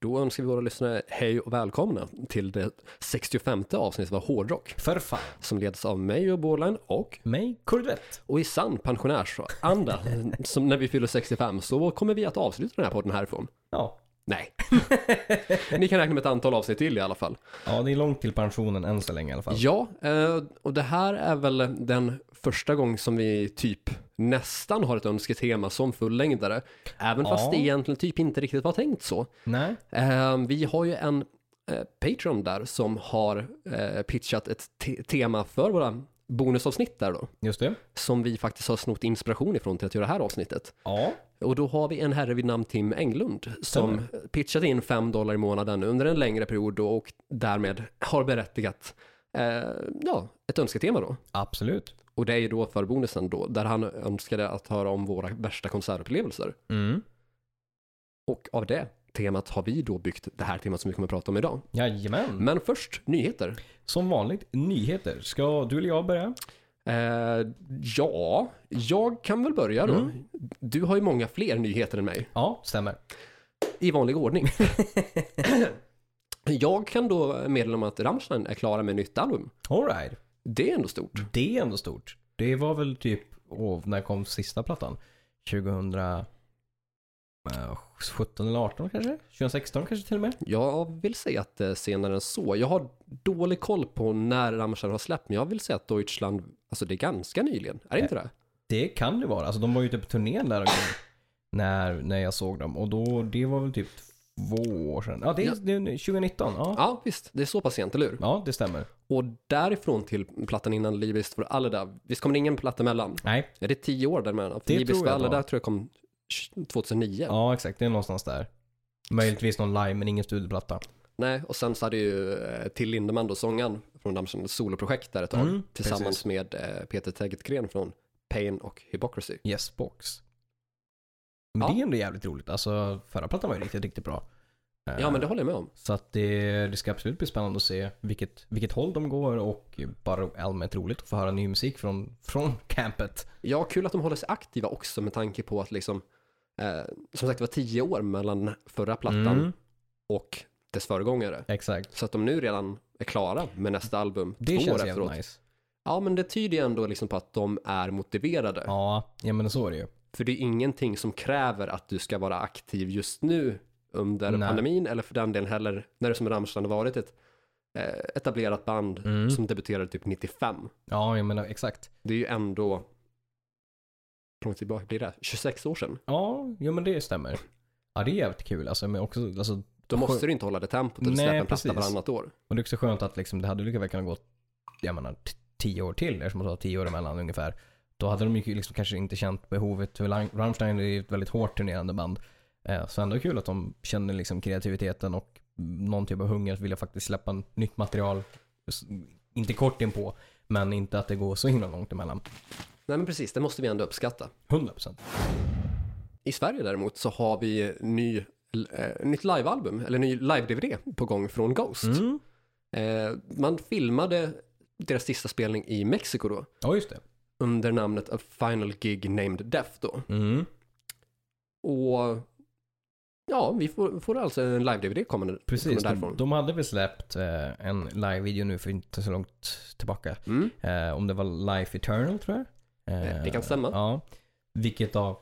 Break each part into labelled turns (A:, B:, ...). A: Då önskar vi våra lyssnare hej och välkomna till det 65 avsnittet av Hårdrock
B: För fan.
A: som leds av mig och Borland och,
B: Mig korvett.
A: och i sann pensionärsanda, som när vi fyller 65 så kommer vi att avsluta den här podden härifrån.
B: Ja.
A: Nej. Ni kan räkna med ett antal avsnitt till i alla fall.
B: Ja, det är långt till pensionen än så länge i alla fall.
A: Ja, eh, och det här är väl den första gång som vi typ nästan har ett önsketema som fullängdare. Även fast
B: Ja.
A: det egentligen typ inte riktigt var tänkt så.
B: Nej.
A: Eh, Vi har ju en eh, Patreon där som har eh, pitchat ett te- tema för våra bonusavsnitt där då.
B: Just det.
A: Som vi faktiskt har snott inspiration ifrån till att göra det här avsnittet.
B: Ja.
A: Och då har vi en herre vid namn Tim Englund som pitchat in 5 dollar i månaden under en längre period då och därmed har berättigat eh, ja, ett önsketema då.
B: Absolut.
A: Och det är ju då för bonusen då, där han önskade att höra om våra värsta konsertupplevelser.
B: Mm.
A: Och av det temat har vi då byggt det här temat som vi kommer att prata om idag.
B: Jajamän.
A: Men först, nyheter.
B: Som vanligt, nyheter. Ska du eller jag börja?
A: Eh, ja, jag kan väl börja då. Du har ju många fler nyheter än mig,
B: Ja, stämmer.
A: i vanlig ordning. jag kan då meddela om att Rammstein är klara med nytt album.
B: Alright.
A: Det är ändå stort.
B: Det är ändå stort. Det var väl typ, åh, när kom sista plattan? 2017 eller 18 kanske? 2016 kanske till och med?
A: Jag vill säga att det är senare än så. Jag har dålig koll på när Rammstein har släppt, men jag vill säga att Deutschland, alltså det är ganska nyligen, är det inte det?
B: Det kan det vara. Alltså de var ju typ på turnén där omkring när, när jag såg dem. Och då, det var väl typ två år sedan. Ja, det
A: Ja.
B: är, det är 2019. Ja.
A: Ja, visst, det är så pass sent, eller hur?
B: ja, det stämmer.
A: Och därifrån till plattan innan Libist för alla där, visst kommer det ingen platta mellan?
B: Nej.
A: Är det tio år däremellan?
B: Det
A: Libist
B: tror
A: för
B: jag
A: alla
B: det var.
A: där tror jag kom 2009.
B: Ja, exakt. Det är någonstans där. Möjligtvis någon live, men ingen studioplatta.
A: Nej, och sen så hade ju eh, Till Lindemann då sångaren från Rammstein ett soloprojekt där ett tag.
B: Mm,
A: tillsammans
B: precis.
A: med eh, Peter Tegetgren från Pain och Hypocrisy.
B: Yes, box.
A: Ja.
B: Men det är ändå jävligt roligt. Alltså, förra plattan var ju riktigt, riktigt bra. Eh,
A: Ja, men det håller jag med om.
B: Så att det, det ska absolut bli spännande att se vilket, vilket håll de går och bara allmänt roligt att få höra ny musik från, från campet.
A: Ja, kul att de håller sig aktiva också med tanke på att liksom, eh, som sagt det var tio år mellan förra plattan
B: Mm,
A: och dess föregångare.
B: Exakt.
A: Så att de nu redan är klara med nästa album
B: Det
A: två år
B: känns
A: efteråt.
B: jävligt nice.
A: Ja, men det tyder ju ändå liksom på att de är motiverade.
B: Ja, ja men så är det ju.
A: För det är ingenting som kräver att du ska vara aktiv just nu under
B: Nej.
A: pandemin eller för den delen heller när det som Rammstein har varit ett eh, etablerat band
B: Mm.
A: som debuterade typ 95.
B: Ja, jag menar exakt.
A: Det är ju ändå, hur långt tillbaka blir det? 26 år sedan.
B: Ja, ja men det stämmer. Ja, det är jävligt kul. Alltså, men också, alltså,
A: Då måste du inte hålla det tempot och
B: Nej,
A: släppa en platta
B: precis.
A: varannat år.
B: och det är också skönt att liksom, det hade lika väl kunnat gå, jag menar, t- tio år till, eftersom det var tio år emellan ungefär. Då hade de ju liksom kanske inte känt behovet, för Lang- Rammstein är ju ett väldigt hårt turnerande band. Eh, Så ändå kul att de känner liksom kreativiteten och någon typ av hunger att vilja faktiskt släppa en- nytt material. S- Inte kort inpå, men inte att det går så himla långt emellan.
A: Nej men precis, det måste vi ändå uppskatta.
B: 100%.
A: I Sverige däremot så har vi ny, eh, nytt livealbum, eller ny live-DVD på gång från Ghost.
B: Mm.
A: Eh, man filmade deras sista spelning i Mexiko då.
B: Ja, just det.
A: under namnet A Final Gig Named Death då.
B: Mm.
A: Och ja, vi får, får alltså en live-DVD kommande,
B: Precis,
A: kommande därifrån.
B: de, de hade väl släppt eh, en live-video nu för inte så långt tillbaka.
A: Mm.
B: Eh, om det var Life Eternal tror jag. Eh,
A: Det kan stämma.
B: Ja. Vilket då,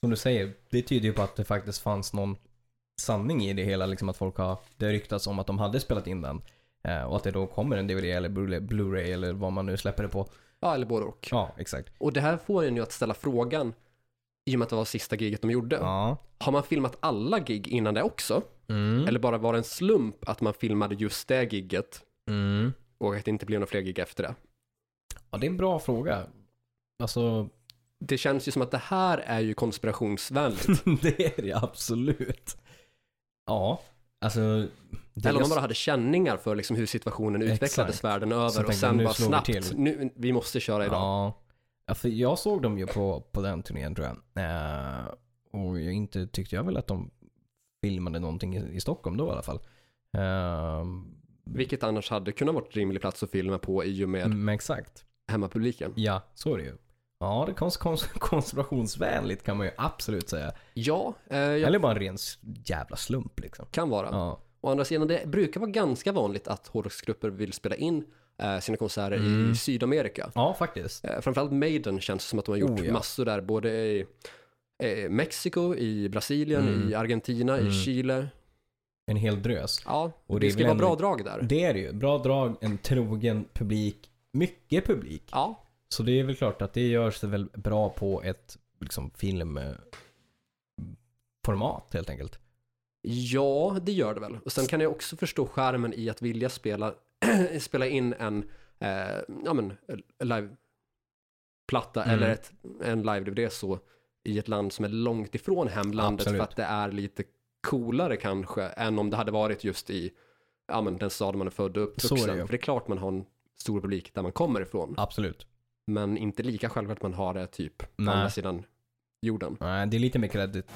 B: som du säger, det tyder ju på att det faktiskt fanns någon sanning i det hela. Liksom att folk har, det har ryktats om att de hade spelat in den. Eh, och att det då kommer en DVD eller Blu- Blu-ray eller vad man nu släpper det på.
A: Ja, eller både och.
B: Ja, exakt.
A: Och det här får en ju att ställa frågan, i och med att det var sista giget de gjorde.
B: Ja.
A: Har man filmat alla gig innan det också?
B: Mm.
A: Eller bara var det en slump att man filmade just det giget
B: Mm.
A: och att det inte blev några fler gig efter det?
B: Ja, det är en bra fråga. Alltså,
A: Det känns ju som att det här är ju konspirationsvänligt.
B: det är det absolut. Ja, alltså. det
A: Eller om
B: är-
A: man bara hade känningar för liksom hur situationen
B: Exakt.
A: utvecklades världen över och
B: tänkte
A: sen
B: man, nu
A: bara
B: slår vi
A: snabbt,
B: till.
A: nu, vi måste köra idag.
B: Ja. ja, för jag såg dem ju på, på den turnén tror jag. Eh, och jag inte tyckte jag väl att de filmade någonting i, i Stockholm då i alla fall. Eh,
A: Vilket annars
B: Mm.
A: hade kunnat varit rimlig plats att filma på i och med
B: men exakt.
A: hemmapubliken.
B: Ja, så är det ju. Ja, Ja, det är kons- kons- konspirationsvänligt kan man ju absolut säga.
A: Ja, eh, jag
B: Eller bara en ren s- jävla slump liksom.
A: kan vara.
B: Ja.
A: Å andra sidan, det brukar vara ganska vanligt att hårdrocksgrupper vill spela in eh, sina konserter
B: Mm.
A: i Sydamerika.
B: ja, faktiskt.
A: Eh, framförallt Maiden känns det som att de har gjort
B: Oh, ja.
A: massor där, både i eh, Mexiko, i Brasilien,
B: Mm.
A: i Argentina, i
B: Mm.
A: Chile.
B: En hel drös.
A: Ja, det,
B: Och det är
A: ska
B: väl
A: vara
B: ändå-
A: bra drag där.
B: Det är det ju. Bra drag, en trogen publik. Mycket publik.
A: Ja,
B: Så det är väl klart att det gör sig väl bra på ett liksom, filmformat helt enkelt.
A: Ja, det gör det väl. Och sen kan jag också förstå skärmen i att vilja spela, spela in en eh, ja, men, liveplatta
B: Mm.
A: eller ett, en live-DVD så i ett land som är långt ifrån hemlandet
B: Absolut.
A: för att det är lite coolare kanske än om det hade varit just i ja, men, den stad man är född och
B: Så är det
A: uppvuxen.
B: ju.
A: För det är klart man har en stor publik där man kommer ifrån,
B: Absolut.
A: men inte lika självklart man har det typ på
B: Nej.
A: andra sidan jorden.
B: Nej, det är lite mer kredit.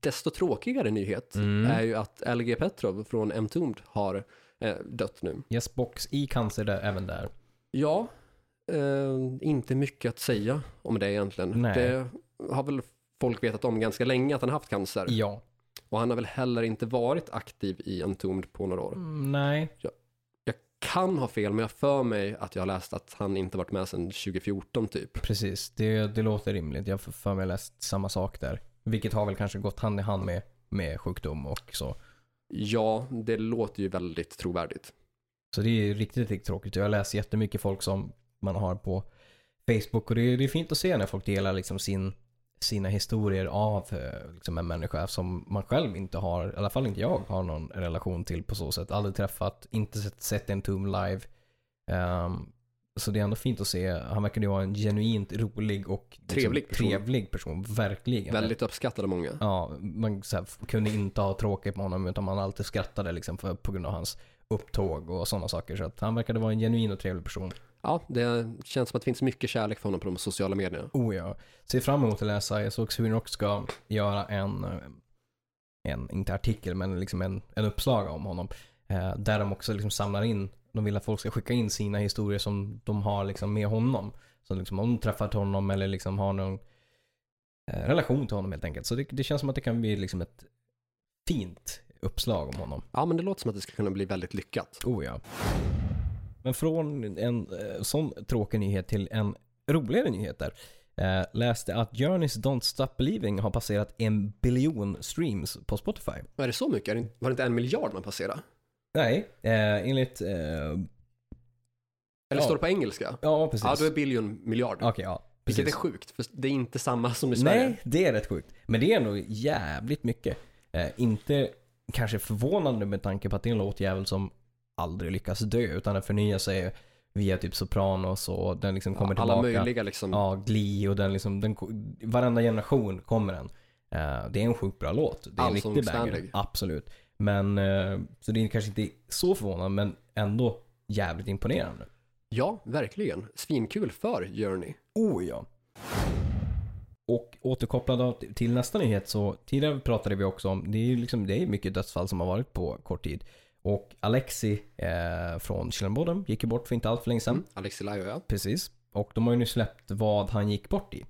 A: Desto tråkigare nyhet är ju att LG Petrov från Entombed har eh, dött nu.
B: Yes, box i cancer där, även där.
A: Ja, eh, inte mycket att säga om det egentligen.
B: Nej.
A: Det har väl folk vetat om ganska länge att han haft cancer.
B: Ja.
A: Och han har väl heller inte varit aktiv i Entombed på några år.
B: Mm, nej.
A: Jag kan ha fel, men jag har för mig att jag har läst att han inte varit med sedan 2014 typ.
B: Precis, det, det låter rimligt. Jag har för- för mig läst samma sak där. Vilket har väl kanske gått hand i hand med, med sjukdom och så.
A: Ja, det låter ju väldigt trovärdigt.
B: Så det är ju riktigt, riktigt tråkigt. Jag läser jättemycket folk som man har på Facebook och det är, det är fint att se när folk delar liksom sin, sina historier av eh, liksom en människa som man själv inte har, i alla fall inte jag, har någon relation till på så sätt. Aldrig träffat, inte sett, sett en tum live. Ehm, så det är ändå fint att se. Han verkar ju vara en genuint rolig och liksom
A: Trevlig person.
B: trevlig person. Verkligen.
A: Väldigt uppskattad av många.
B: Ja, man så här, kunde inte ha tråkigt med honom utan man alltid skrattade liksom för, på grund av hans upptåg och sådana saker. Så att han verkade vara en genuin och trevlig person.
A: Ja, det känns som att det finns mycket kärlek för honom på de sociala medierna.
B: Oh ja. Ser fram emot att läsa. Jag såg Sweden Rock ska göra en, eh, en inte artikel, men liksom en, en uppslaga om honom. Eh, där de också liksom samlar in, de vill att folk ska skicka in sina historier som de har liksom med honom. Så liksom om de träffat honom eller liksom har någon eh, relation till honom helt enkelt. Så det, det känns som att det kan bli liksom ett fint uppslag om honom.
A: Ja, men det låter som att det skulle kunna bli väldigt lyckat.
B: Oh ja. Men från en eh, sån tråkig nyhet till en roligare nyhet där. Eh, läste att Journeys Don't Stop Believing har passerat en biljon streams på Spotify.
A: Vad Är det så mycket? Är det inte- Var det inte en miljard man passerade?
B: Nej, eh, enligt... Eh,
A: Eller
B: Ja.
A: står det på engelska?
B: ja, precis.
A: Ja, då är billion miljard.
B: Okej, ja.
A: Vilket är
B: precis.
A: sjukt, för det är inte samma som i Sverige.
B: Nej, det är rätt sjukt. Men det är ändå jävligt mycket. Eh, inte kanske förvånande med tanke på att det är en låtjävel som aldrig lyckas dö utan den förnyar sig via typ Sopranos och den liksom kommer
A: Alla
B: tillbaka.
A: möjliga liksom.
B: Ja, Glee och den liksom, den, varenda generation kommer den. Eh, det är en sjukt bra låt. Det är en
A: Allsång
B: riktig banger.
A: Stanley.
B: Absolut. Men, eh, så det är kanske inte så förvånande men ändå jävligt imponerande.
A: Ja, verkligen. Svinkul för Journey.
B: Oh ja. Och återkopplad av- till nästa nyhet så tidigare pratade vi också om, det är ju liksom, det är mycket dödsfall som har varit på kort tid. Och Alexi eh, från Children Bodom gick ju bort för inte allt för länge sedan.
A: Alexi Lajo, ja.
B: Precis. Och de har ju nu släppt vad han gick bort i.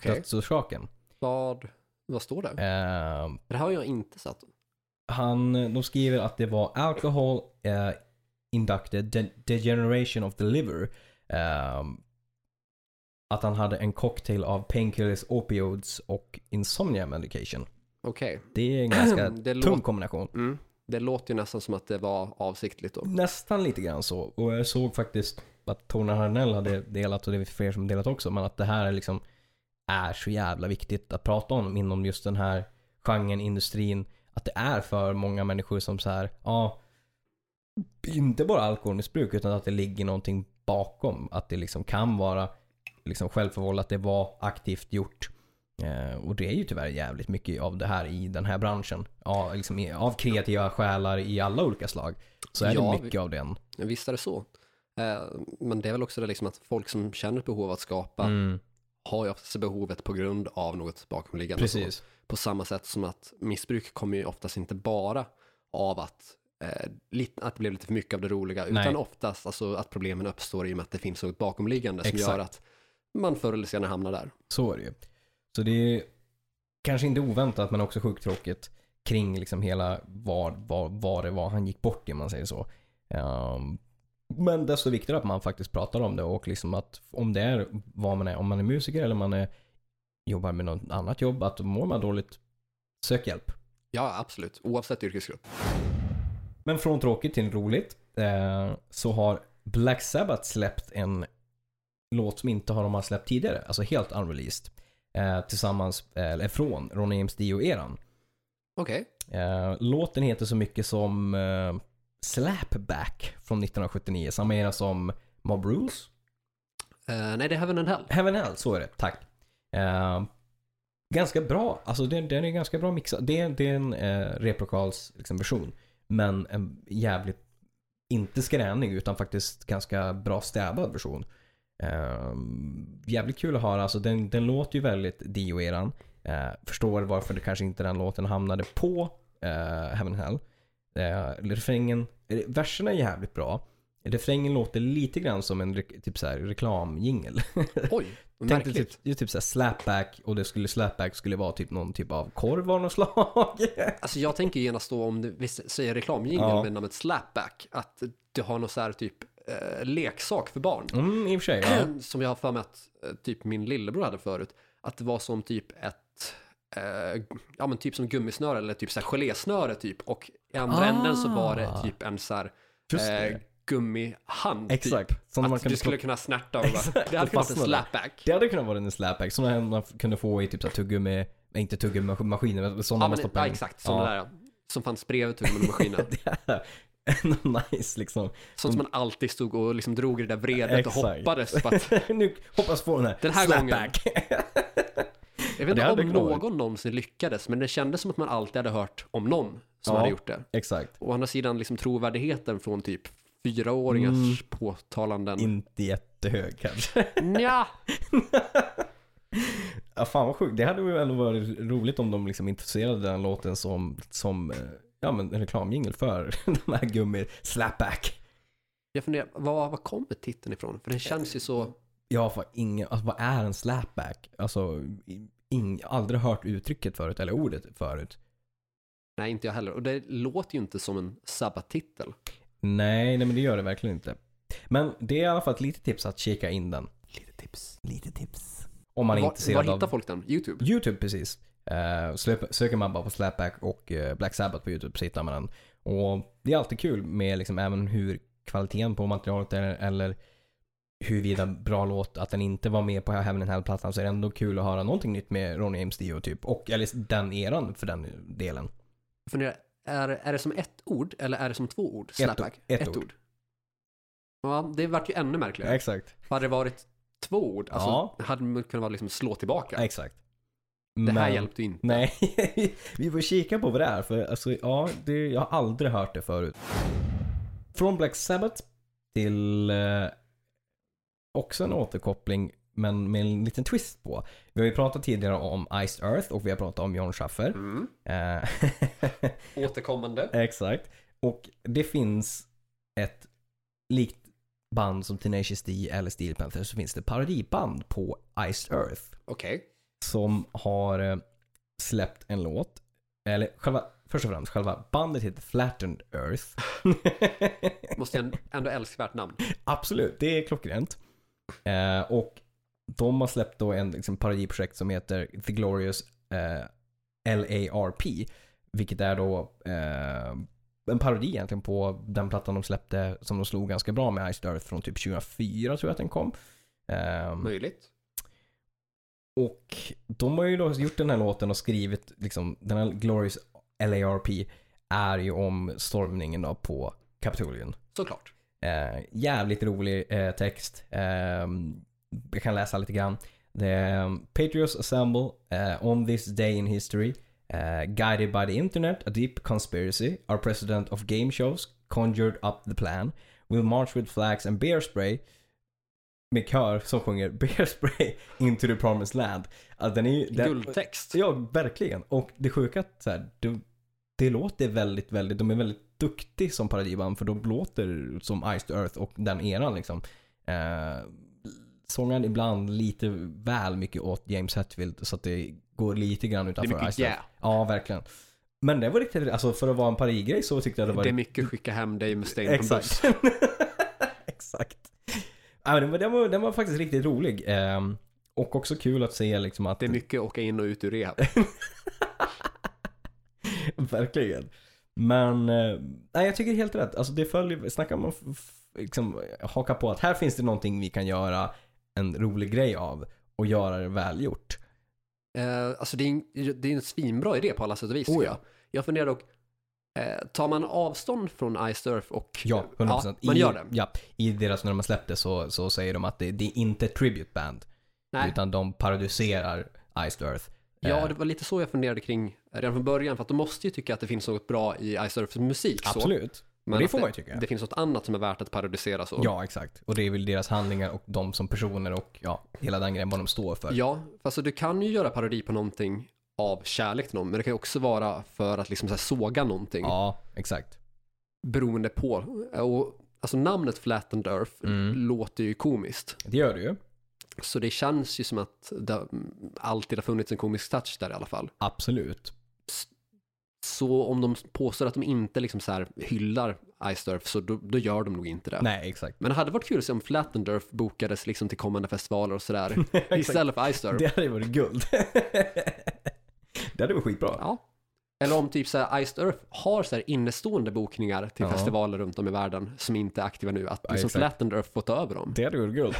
A: Okej,
B: Dödsorsaken.
A: vad, vad står det?
B: Eh,
A: Det här har jag inte satt.
B: Han, eh, de skriver att det var alcohol eh, inducted de- degeneration of the liver. Ehm, att han hade en cocktail av painkillers, opioids och insomnia medication.
A: Okej.
B: Det är en ganska
A: Det
B: tung
A: låter-
B: kombination.
A: Mm. Det låter ju nästan som att det var avsiktligt då.
B: Nästan lite grann så. Och jag såg faktiskt att Tony Harnell hade delat och det är fler som delat också. Men att det här är liksom är så jävla viktigt att prata om inom just den här genren, industrin. Att det är för många människor som så här, ja, inte bara alkoholmissbruk utan att det ligger någonting bakom. Att det liksom kan vara liksom självförvållat, det var aktivt gjort. Eh, och det är ju tyvärr jävligt mycket av det här i den här branschen. Ja, liksom i, av kreativa själar i alla olika slag. Så är
A: Ja,
B: det
A: vi-
B: mycket av den.
A: Men Visst är det så. Eh, Men det är väl också det liksom att folk som känner ett behov av att skapa
B: Mm,
A: har ju oftast behovet på grund av något bakomliggande.
B: Precis.
A: På samma sätt som att missbruk kommer ju oftast inte bara av att, eh, lite, att det blev lite för mycket av det roliga,
B: Nej.
A: utan oftast alltså, att problemen uppstår i och med att det finns något bakomliggande som
B: Exakt.
A: gör att man förr eller senare hamnar där.
B: Så är det ju. Så det är kanske inte oväntat men också sjukt tråkigt kring liksom hela var, var, var det var han gick bort i om man säger så. Ehm, men desto viktigare att man faktiskt pratar om det och liksom att om det är vad man är, om man är musiker eller man är, jobbar med något annat jobb, att mår man dåligt, sök hjälp.
A: Ja, absolut. Oavsett yrkesgrupp.
B: Men från tråkigt till roligt eh, så har Black Sabbath släppt en låt som inte har de har släppt tidigare. Alltså helt unreleased. Eh, tillsammans, eh, eller från Ronny James Dio-eran.
A: Okej.
B: Eh, låten heter så mycket som eh, Slapback från 1979. Samma era som Mob Rules.
A: Eh, nej, det är Heaven and Hell.
B: Heaven Hell, så är det. Tack. Eh, ganska bra. Alltså den, den är ganska bra mixad. Det, är- det är en eh, replokals liksom, version. Men en jävligt, inte skränig utan faktiskt ganska bra städad version. Eh, jävligt kul att höra. Alltså den, den låter ju väldigt Dio-eran. Eh, förstår varför det kanske inte den låten hamnade på eh, Heaven Hell. Eh, refrängen, eh, verserna är jävligt bra. Refrängen låter lite grann som en re- typ så här reklamjingel.
A: Oj,
B: Tänkte
A: märkligt.
B: typ, det är typ såhär slapback och det skulle slapback skulle vara typ någon typ av korv av något slag.
A: Alltså jag tänker genast då om du visst, säger reklamjingel
B: Ja.
A: med namnet Slapback, att du har någon så här typ eh, leksak för barn.
B: Mm, i och för sig. Ja.
A: Som jag har för mig att eh, typ min lillebror hade förut. Att det var som typ ett, eh, ja men typ som gummisnöre eller typ så här gelésnöre typ. Och i andra
B: Ah.
A: änden så var det typ en så här
B: Just
A: eh,
B: det.
A: gummihand typ.
B: Exakt. Som man
A: Att
B: kan
A: du skulle
B: plocka-
A: kunna snärta och bara,
B: Exakt,
A: det hade
B: och
A: kunnat vara en
B: fastna där.
A: Slapback.
B: Det hade kunnat vara en slapback som man kunde få i typ såhär tuggummi, nej, inte tuggummimaskiner men sådana
A: Ja,
B: man
A: men,
B: stoppar
A: ja
B: in.
A: exakt, som det där ja. som fanns bredvid tuggummimaskinen.
B: Det är ändå nice liksom.
A: Sånt som man alltid stod och liksom drog i det där vredet och
B: Exakt.
A: hoppades. För att,
B: nu hoppas på den här,
A: Den här
B: slapback.
A: jag vet
B: Det
A: inte
B: hade
A: om
B: kunnat vara.
A: någon någonsin lyckades, men det kändes som att man alltid hade hört om någon som
B: Ja.
A: hade gjort det.
B: exakt.
A: Å andra sidan, liksom trovärdigheten från typ fyraåringars
B: Mm.
A: påtalanden.
B: Inte jättehög kanske.
A: Nja,
B: Ja, fan vad sjukt. Det hade ju ändå varit roligt om de liksom introducerade den låten som, som eh, ja, men en reklamjingel för de här gummi slapback.
A: jag funderar, var, var kommer titeln ifrån? För den känns ju så...
B: Jag har fan ingen, alltså, vad är en slapback? Alltså, ing, aldrig hört uttrycket förut, eller ordet förut.
A: Nej, inte jag heller. Och det låter ju inte som en sabbattitel.
B: Nej, nej men det gör det verkligen inte. Men det är i alla fall ett litet tips att kika in den. Lite tips. Lite tips. Om man är
A: Var, var
B: intresserad
A: hittar
B: av
A: folk den? YouTube?
B: YouTube precis. Eh, slöp- söker man bara på Slapback och eh, Black Sabbath på YouTube så hittar man den. Och det är alltid kul med liksom även hur kvaliteten på materialet är eller huruvida bra låt att den inte var med på Heaven and Hell-plattan så är det ändå kul att höra någonting nytt med Ronny James Dio typ. Och, eller den eran för den delen.
A: Jag funderar, är, är det som ett ord eller är det som två ord? Slapback?
B: ett ord.
A: Ja, det vart ju ännu märkligare.
B: Exakt.
A: Hade det varit två ord, alltså,
B: Ja.
A: hade det kunnat vara liksom slå tillbaka.
B: Exakt.
A: det här
B: Men-
A: hjälpte ju inte.
B: Nej, vi får kika på vad det är. För alltså, ja, det, jag har aldrig hört det förut. Från Black Sabbath till eh, också en återkoppling men med en liten twist på. Vi har ju pratat tidigare om Iced Earth och vi har pratat om John Schaffer.
A: Mm.
B: Eh,
A: Återkommande.
B: exakt. Och det finns ett likt band som Tenacious D eller Steel Panther så finns det parodiband på Iced Earth
A: Okej.
B: som har eh, släppt en låt. Eller själva, först och främst, själva bandet heter Flattened Earth.
A: Måste jag ändå älskvärt namn.
B: Mm. Absolut, det är klockrent. Eh, och de har släppt då en liksom, parodiprojekt som heter The Glorious eh, LARP. Vilket är då eh, en parodi egentligen på den plattan de släppte som de slog ganska bra med Iced Earth från typ 2004 tror jag att den kom. Ehm,
A: Möjligt.
B: och de har ju då gjort den här låten och skrivit liksom, den här Glorious LARP är ju om stormningen då på Kapitolium.
A: Såklart.
B: Eh, jävligt rolig eh, text. Eh, jag kan läsa lite grann. The Patriots assemble eh, on this day in history. eh, guided by the internet, a deep conspiracy. Our president of game shows conjured up the plan. We'll march with flags and bear spray. Med kör som sjunger bear spray into the promised land. Alltså, den är ju, den,
A: Guldtext.
B: Ja, verkligen. Och det sjuka är att så här, det, det låter väldigt, väldigt, de är väldigt duktiga som parodiband för de låter som Ice to Earth och den eran liksom. Eh, sångaren ibland lite väl mycket åt James Hetfield så att det går lite grann
A: Det är
B: utanför
A: mycket
B: Iceland.
A: yeah.
B: Ja, verkligen. Men det var riktigt, alltså för att vara en Paris-grej så tyckte jag det var
A: Det är mycket skicka hem dig med sten från buss.
B: Exakt. Exakt. Ja, men den, var, den, var, den var faktiskt riktigt rolig. Ehm, och också kul att se liksom att...
A: Det är mycket åka in och ut ur rehab.
B: Verkligen. Men eh, nej, jag tycker helt rätt. Alltså det följer, snackar man f- f- liksom haka på att här finns det någonting vi kan göra en rolig grej av och göra det välgjort.
A: Eh, alltså det är, en, det är en svinbra idé på alla sätt och vis. tycker
B: Oh, ja.
A: jag. jag funderar dock, eh, tar man avstånd från Ice Surf och...
B: Ja, 100%.
A: Ja, man
B: I,
A: gör det.
B: Ja, I deras, när de har släppt det så, så säger de att det, det är inte ett tribute band.
A: Nej.
B: Utan de parodiserar Iced Earth.
A: Ja,
B: Eh,
A: det var lite så jag funderade kring redan från början, för att de måste ju tycka att det finns något bra i Ice Surfs musik. Så.
B: absolut.
A: Men
B: det
A: att
B: får man ju tycka.
A: Det finns något annat som är värt att parodisera så.
B: Ja, exakt. Och det är väl deras handlingar och de som personer och ja, hela den grejen, vad de står för.
A: Ja, för alltså du kan ju göra parodi på någonting av kärlek till någon, men det kan ju också vara för att liksom så här såga någonting
B: Ja, exakt.
A: beroende på. Och, alltså namnet Flattened Earth
B: Mm.
A: låter ju komiskt,
B: Det gör det ju.
A: så det känns ju som att det alltid har funnits en komisk touch där i alla fall.
B: Absolut.
A: Så om de påstår att de inte liksom så här hyllar Ice Earth, så då, då gör de nog inte det.
B: Nej, exakt.
A: Men det hade varit kul att se om Flattened Earth bokades liksom till kommande festivaler och sådär. istället för Ice Earth.
B: Det hade ju varit guld. det hade varit skitbra.
A: Ja. Eller om typ så här Iced Earth har så här innestående bokningar till
B: Ja.
A: festivaler runt om i världen som inte är aktiva nu. Att
B: Ja,
A: liksom
B: exakt.
A: Flattened Earth får ta över dem.
B: Det hade varit guld.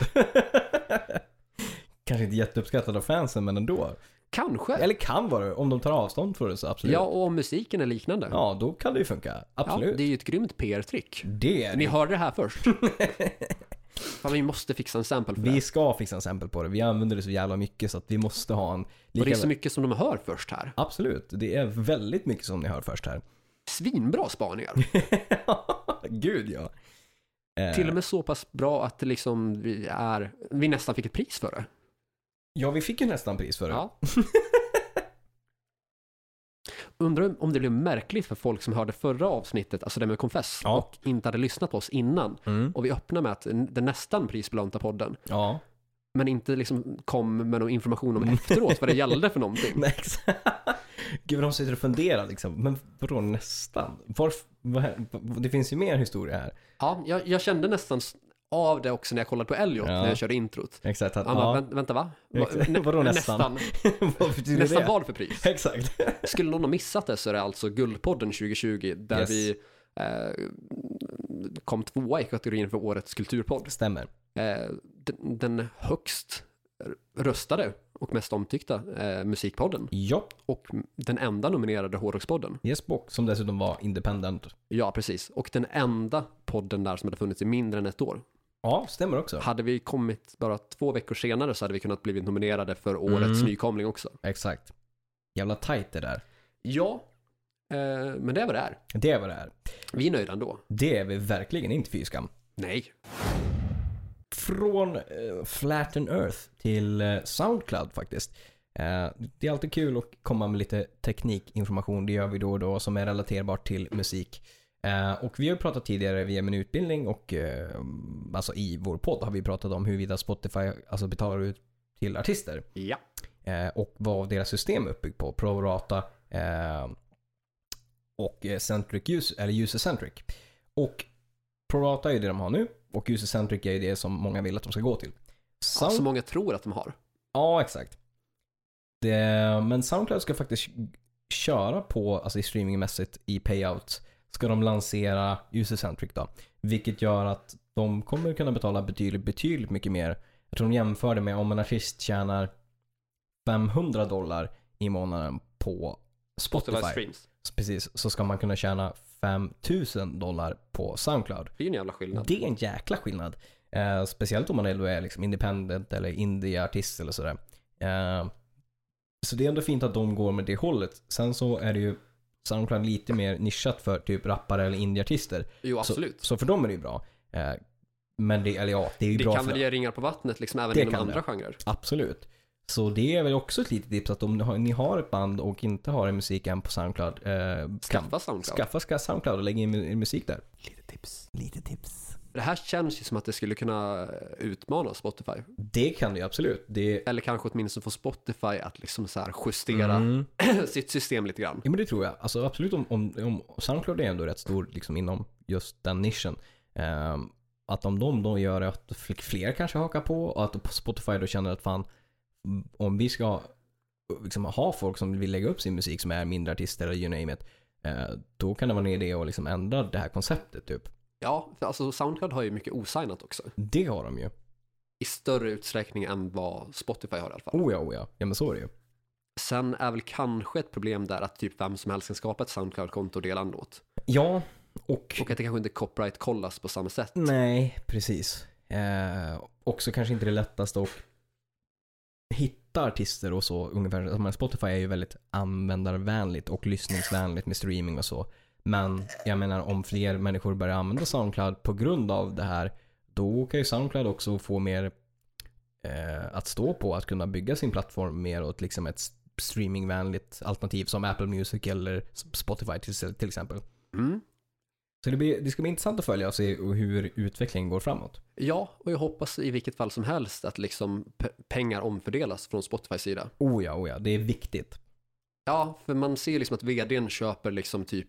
B: Kanske inte jätteuppskattad av fansen, men ändå.
A: Kanske.
B: Eller kan vara det, om de tar avstånd från det så absolut.
A: ja, och om musiken är liknande.
B: ja då kan det ju funka. Absolut.
A: Ja, det är ju ett grymt PR-trick.
B: det är
A: Ni
B: det.
A: hörde det här först. Fan, vi måste fixa en sample för det.
B: Vi ska fixa en sample på det. Vi använder det så jävla mycket så att vi måste ha en...
A: Och det är
B: lika-
A: så mycket som de hör först här.
B: Absolut. Det är väldigt mycket som ni hör först här.
A: Svinbra spaningar.
B: Gud ja. Eh,
A: Till och med så pass bra att det liksom vi, är, vi nästan fick ett pris för det.
B: Ja, vi fick ju nästan pris för det.
A: Ja. Undrar om det blev märkligt för folk som hörde förra avsnittet, alltså det med Confess,
B: Ja.
A: och inte hade lyssnat på oss innan.
B: Mm.
A: Och vi öppnar med att den nästan prisbelönta podden,
B: ja.
A: men inte liksom kom med någon information
B: Mm.
A: om efteråt vad det gällde för någonting.
B: Nej, exakt. Gud, vad de sitter och funderar liksom. Men vadå nästan? Varf, vad, här- vad, det finns ju mer historia här.
A: Ja, jag, jag kände nästan s- av det också när jag kollade på Elliot
B: Ja.
A: när jag körde introt.
B: Exakt. Att,
A: Han bara,
B: ja,
A: "Vänt- vänta va? Va-
B: Exakt.
A: nä-
B: Vadå nästan?
A: Nästan,
B: vad betyder
A: nästan
B: det?
A: vad för pris?
B: Exakt.
A: Skulle någon ha missat det så är det alltså Guldpodden 2020 där
B: Yes.
A: vi eh, kom tvåa i kategorin för årets kulturpodd.
B: Stämmer.
A: Eh, den, den högst röstade och mest omtyckta eh, musikpodden
B: Ja.
A: och den enda nominerade hårdrockspodden.
B: Yes, Bock, som dessutom var independent.
A: Ja, precis. Och den enda podden där som hade funnits i mindre än ett år.
B: Ja, stämmer också.
A: Hade vi kommit bara två veckor senare så hade vi kunnat blivit nominerade för årets
B: Mm.
A: nykomling också.
B: Exakt. Jävla tight det där.
A: Ja, eh, men det är vad det är.
B: Det är vad det är.
A: Vi är nöjda ändå.
B: Det är vi verkligen inte fy skam.
A: Nej.
B: från eh, Flat and Earth till eh, Soundcloud faktiskt. Eh, det är alltid kul att komma med lite teknikinformation. Det gör vi då och då som är relaterbart till musik. Eh, och vi har ju pratat tidigare via min utbildning och eh, alltså i vår podd har vi pratat om huruvida Spotify alltså betalar ut till artister
A: Ja.
B: eh, och vad deras system är uppbyggt på. Prorata eh, och eh, centric user, eller user-centric. Och Prorata är ju det de har nu och user-centric är ju det som många vill att de ska gå till. Sound-
A: Som många tror att de har.
B: Ja, exakt. Det, men Soundcloud ska faktiskt köra på, alltså i streamingmässigt i payout, ska de lansera user-centric då. Vilket gör att de kommer kunna betala betydligt, betydligt mycket mer. Jag tror de jämförde med om en artist tjänar 500 dollar i månaden på Spotify.
A: Spotify streams.
B: Precis, så ska man kunna tjäna 5000 dollar på Soundcloud.
A: Det är ju en jävla skillnad.
B: Det är en jäkla skillnad. Eh, speciellt om man ändå är liksom independent eller indie-artist eller sådär. Eh, så det är ändå fint att de går med det hållet. Sen så är det ju Soundcloud lite mer nischat för typ rappare eller indieartister.
A: Jo,
B: Så-
A: absolut.
B: Så för dem är det ju bra. Eh, men det, eller ja, det är ju
A: det
B: bra
A: kan
B: för
A: väl ge ringar på vattnet liksom även
B: Det
A: inom
B: kan
A: andra genrer.
B: Absolut. Så det är väl också ett litet tips att om ni har, ni har ett band och inte har en musik än på Soundcloud, eh,
A: Skaffa Soundcloud.
B: skaffa ska Soundcloud och lägg in mu- musik där. Lite tips. Lite tips.
A: Det här känns ju som att det skulle kunna eh, utmana Spotify.
B: Det kan det ju absolut. Det...
A: Eller kanske åtminstone få Spotify att liksom så här justera
B: Mm.
A: sitt system lite grann.
B: Ja men det tror jag. Alltså absolut om, om, om Soundcloud är ändå rätt stor liksom, inom just den nischen. Ehm, att om de då gör att fl- fler kanske hakar på och att Spotify då känner att fan m- om vi ska liksom, ha folk som vill lägga upp sin musik som är mindre artister eller you name it. eh, då kan det vara en idé att liksom ändra det här konceptet typ.
A: Ja, för alltså Soundcloud har ju mycket osignat också.
B: Det har de ju.
A: I större utsträckning än vad Spotify har i alla fall.
B: Oh ja, oh ja. Ja men så är det ju.
A: Sen är väl kanske ett problem där att typ vem som helst kan skapa ett Soundcloud-konto och dela en låt.
B: Ja, och
A: Och att det kanske inte copyright-kollas på samma sätt.
B: Nej, precis. Eh, också kanske inte det lättaste att hitta artister och så. Ungefär. Alltså, men Spotify är ju väldigt användarvänligt och lyssningsvänligt med streaming och så. Men jag menar om fler människor börjar använda Soundcloud på grund av det här, då kan ju Soundcloud också få mer eh, att stå på, att kunna bygga sin plattform mer åt liksom ett s- streamingvänligt alternativ som Apple Music eller Spotify till, till exempel.
A: Mm.
B: Så det, blir, det ska bli intressant att följa och se hur utvecklingen går framåt.
A: Ja, och jag hoppas i vilket fall som helst att liksom pe- pengar omfördelas från Spotifys sida.
B: Oh ja, oh ja. Det är viktigt.
A: Ja, för man ser liksom att vdn köper liksom typ,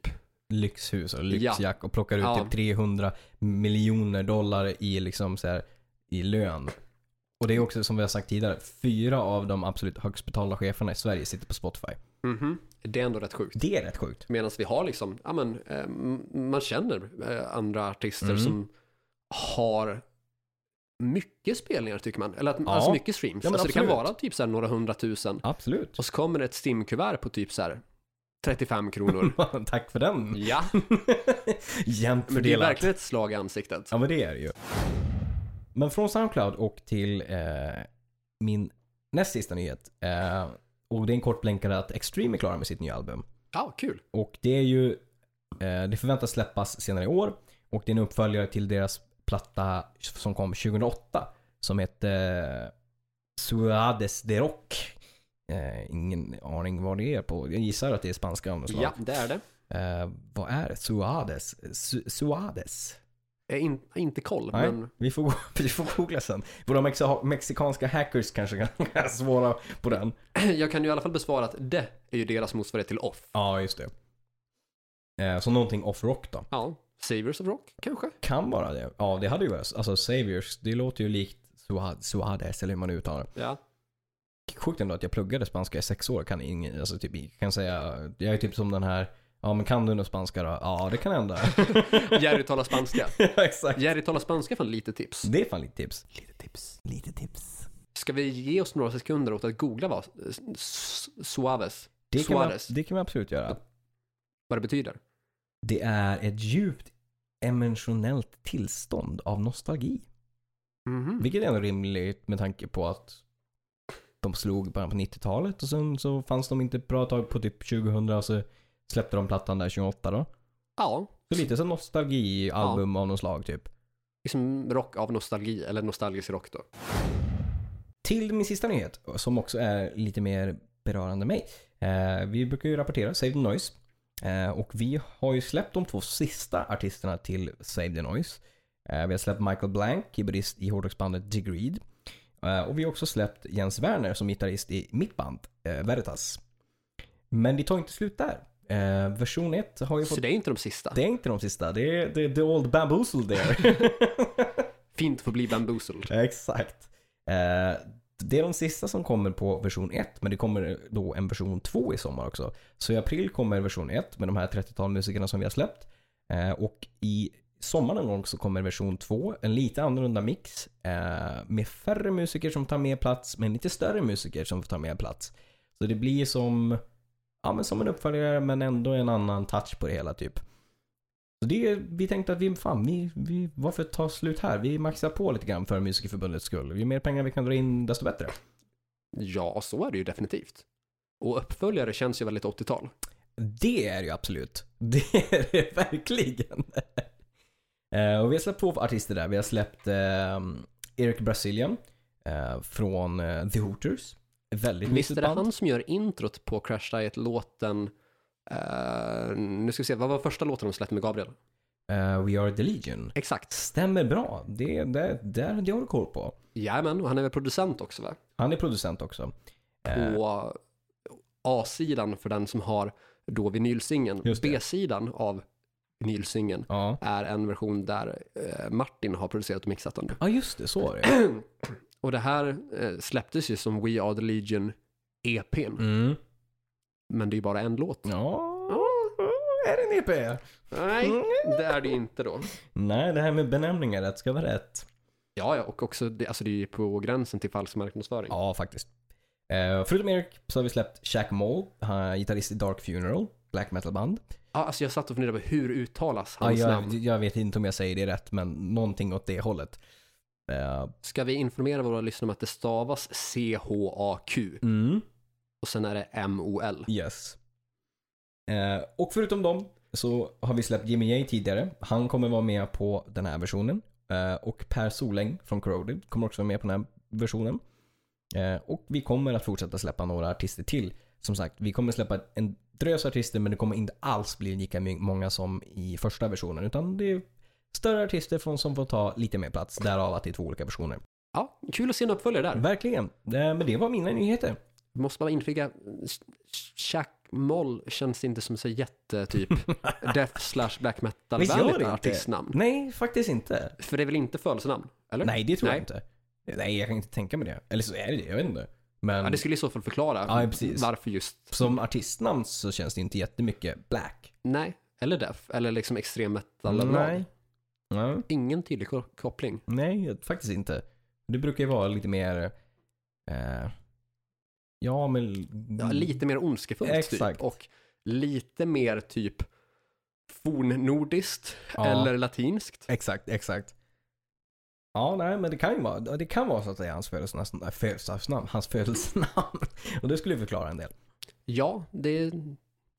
B: Lyxhus och lyxjack och plockar ut
A: Ja.
B: typ 300 miljoner dollar i, liksom så här, i lön. Och det är också som vi har sagt tidigare, fyra av de absolut högst betalda cheferna i Sverige sitter på Spotify.
A: mhm, det är ändå rätt sjukt.
B: Det är rätt sjukt.
A: Medan vi har liksom, ja men, eh, m- man känner eh, andra artister
B: Mm.
A: som har mycket spelningar tycker man. Eller att,
B: Ja.
A: alltså mycket streams.
B: Ja, men
A: alltså det kan
B: absolut.
A: vara typ så här några hundratusen.
B: Absolut.
A: Och så kommer det ett stimkuvert på typ så här 35 kronor.
B: Tack för den.
A: ja,
B: Jämnt
A: men det är
B: fördelat.
A: verkligen ett slag i ansiktet.
B: Ja men det är det ju. Men från Soundcloud och till eh, min näst sista nyhet. Eh, och det är en kort blänkare att Extreme är klara med sitt nya album.
A: Ja, kul.
B: Och det är ju, eh, det förväntas släppas senare i år. Och det är en uppföljare till deras platta som kom 2008. Som heter eh, Suades de Rock. Eh, ingen aning vad det är på. Jag gissar att det är spanska om det
A: Ja, det är det.
B: eh, Vad är Suades? Su- Suades?
A: Jag har Eh, in, inte koll,
B: Nej,
A: men
B: vi, får, vi får googla sen. Våra mexi- mexikanska hackers kanske kan svara på den.
A: jag kan ju i alla fall besvara att det är ju deras motsvarighet till off.
B: Ja, just det. Eh, Så någonting off-rock då.
A: Ja, Savers of Rock kanske.
B: Kan vara det. Ja, det hade ju varit. Alltså Saviors, det låter ju likt Suha- Suades eller hur man nu uttalar det.
A: Ja.
B: Sjukt ändå att jag pluggade spanska i sex år. Kan ingen, alltså typ, kan säga, jag är typ som den här, ja men kan du något spanska då? Ja, det kan hända.
A: Jerry talar spanska.
B: ja, exakt.
A: Jerry talar spanska för lite tips.
B: Det är fan lite tips. Lite tips. Lite tips.
A: Ska vi ge oss några sekunder åt att googla vad s- s- suaves,
B: Det kan, man,
A: Suarez.
B: det kan man absolut göra.
A: vad det betyder?
B: Det är ett djupt emotionellt tillstånd av nostalgi.
A: Mhm.
B: Vilket är ändå rimligt med tanke på att de slog bara på 90-talet och sen så fanns de inte ett bra tag på typ 2000 och så släppte de plattan där 28 då.
A: Ja,
B: Så lite som nostalgialbum av något slag typ.
A: liksom rock av nostalgi, eller nostalgisk rock då.
B: Till min sista nyhet som också är lite mer berörande mig. Eh, vi brukar ju rapportera Save the Noise. Eh, och vi har ju släppt de två sista artisterna till Save the Noise. Eh, vi har släppt Michael Blank, keyboardist i hårdrocksbandet Degreed. Eh, och vi har också släppt Jens Werner som gitarrist i mitt band eh, Veritas. Men det tar inte slut där. Eh, version 1 har ju fått...
A: Så det är inte de sista.
B: Det är inte de sista, det är, det är the old bamboozle there.
A: Fint för att bli bamboozled.
B: Ja, Exakt. Eh, det är de sista som kommer på version 1, men det kommer då en version 2 i sommar också. Så i april kommer version 1 med de här 30-tal musikerna som vi har släppt. Eh, och i sommar någon gång så kommer version 2, en lite annorlunda mix eh, med färre musiker som tar mer plats, men lite större musiker som får ta mer plats. Så det blir som, ja, men som en uppföljare, men ändå en annan touch på det hela typ. Så det, vi tänkte att vi, fan, vi, vi, varför ta slut här? Vi maxar på lite grann för Musikerförbundets skull. Ju mer pengar vi kan dra in, desto bättre.
A: Ja, så är det ju definitivt. Och uppföljare känns ju väldigt 80-tal.
B: Det är det ju absolut. Det är det verkligen. Eh, och vi har släppt två artister där. Vi har släppt ehm, Eric Brazilian eh, från eh, The Hooters. Ett Väldigt
A: Visst
B: mysigt
A: är det
B: band.
A: han som gör introt på Crash Diet-låten, eh, nu ska vi se, vad var första låten de släppte med Gabriel?
B: eh, We Are The Legion.
A: Exakt.
B: Stämmer bra. Det, det, där hade jag koll på.
A: Jajamän, och han är väl producent också va?
B: Han är producent också. Eh,
A: På A-sidan för den som har då vinylsingen.
B: Just det.
A: B-sidan av vinylsingen
B: ja.
A: är en version där eh, Martin har producerat och mixat den.
B: ja, just det. Så var det.
A: Och det här eh, släpptes ju som We Are The Legion EPn,
B: Mm.
A: men det är ju bara en låt.
B: Ja.
A: Ja.
B: Är det en E EP?
A: Nej, det är det ju inte då.
B: Nej, det här med benämningar, rätt ska vara rätt.
A: Ja, ja, och också, det, alltså det är ju på gränsen till falsk marknadsföring.
B: Ja, faktiskt. Eh, förutom Erik så har vi släppt Shaq Moll, han är gitarrist i Dark Funeral, black metal-band.
A: Ja, alltså jag satt och funderade på hur uttalas
B: Ja,
A: hans
B: jag,
A: namn.
B: jag vet inte om jag säger det rätt, men någonting åt det hållet. Eh,
A: Ska vi informera våra lyssnare om att det stavas C-H-A-Q
B: mm,
A: och sen är det M-O-L.
B: yes. Eh, och förutom dem så har vi släppt Jimmy Jay tidigare. Han kommer vara med på den här versionen. Eh, och Per Soläng från Corroded kommer också vara med på den här versionen. Eh, och vi kommer att fortsätta släppa några artister till. Som sagt, vi kommer släppa en drös artister men det kommer inte alls bli lika my- många som i första versionen. Utan det är större artister från, som får ta lite mer plats. Därav att det är två olika versioner.
A: Ja, kul att se en uppföljare där.
B: Verkligen. Eh, Men det var mina nyheter.
A: Vi måste bara inflika, Chuck Moll känns inte som så jätte typ death slash black metal
B: Visst gör det
A: vänligt
B: inte?
A: artistnamn.
B: Nej, faktiskt inte.
A: För det är väl inte födelsenamn? Eller?
B: Nej, det tror
A: Nej.
B: jag inte. Nej, jag kan inte tänka mig det. Eller så är det det, jag vet inte. Men
A: Ja, det skulle i så fall förklara
B: Ja, precis.
A: varför just,
B: som artistnamn så känns det inte jättemycket black.
A: nej, eller death, eller liksom extrem metal. eller vad.
B: Nej. Ja,
A: Ingen tydlig ko- koppling.
B: nej, faktiskt inte. Det brukar ju vara lite mer... Eh, ja, men...
A: Ja, lite mer ondskefullt typ.
B: Mm. Exakt.
A: Och lite mer typ fornnordiskt
B: Ja.
A: eller latinskt.
B: Exakt, exakt. Ja, nej, men det kan ju vara, det kan vara så att säga hans födelsenamn. födelsenamn, Hans födelsenamn. Och det skulle ju förklara en del.
A: Ja, det,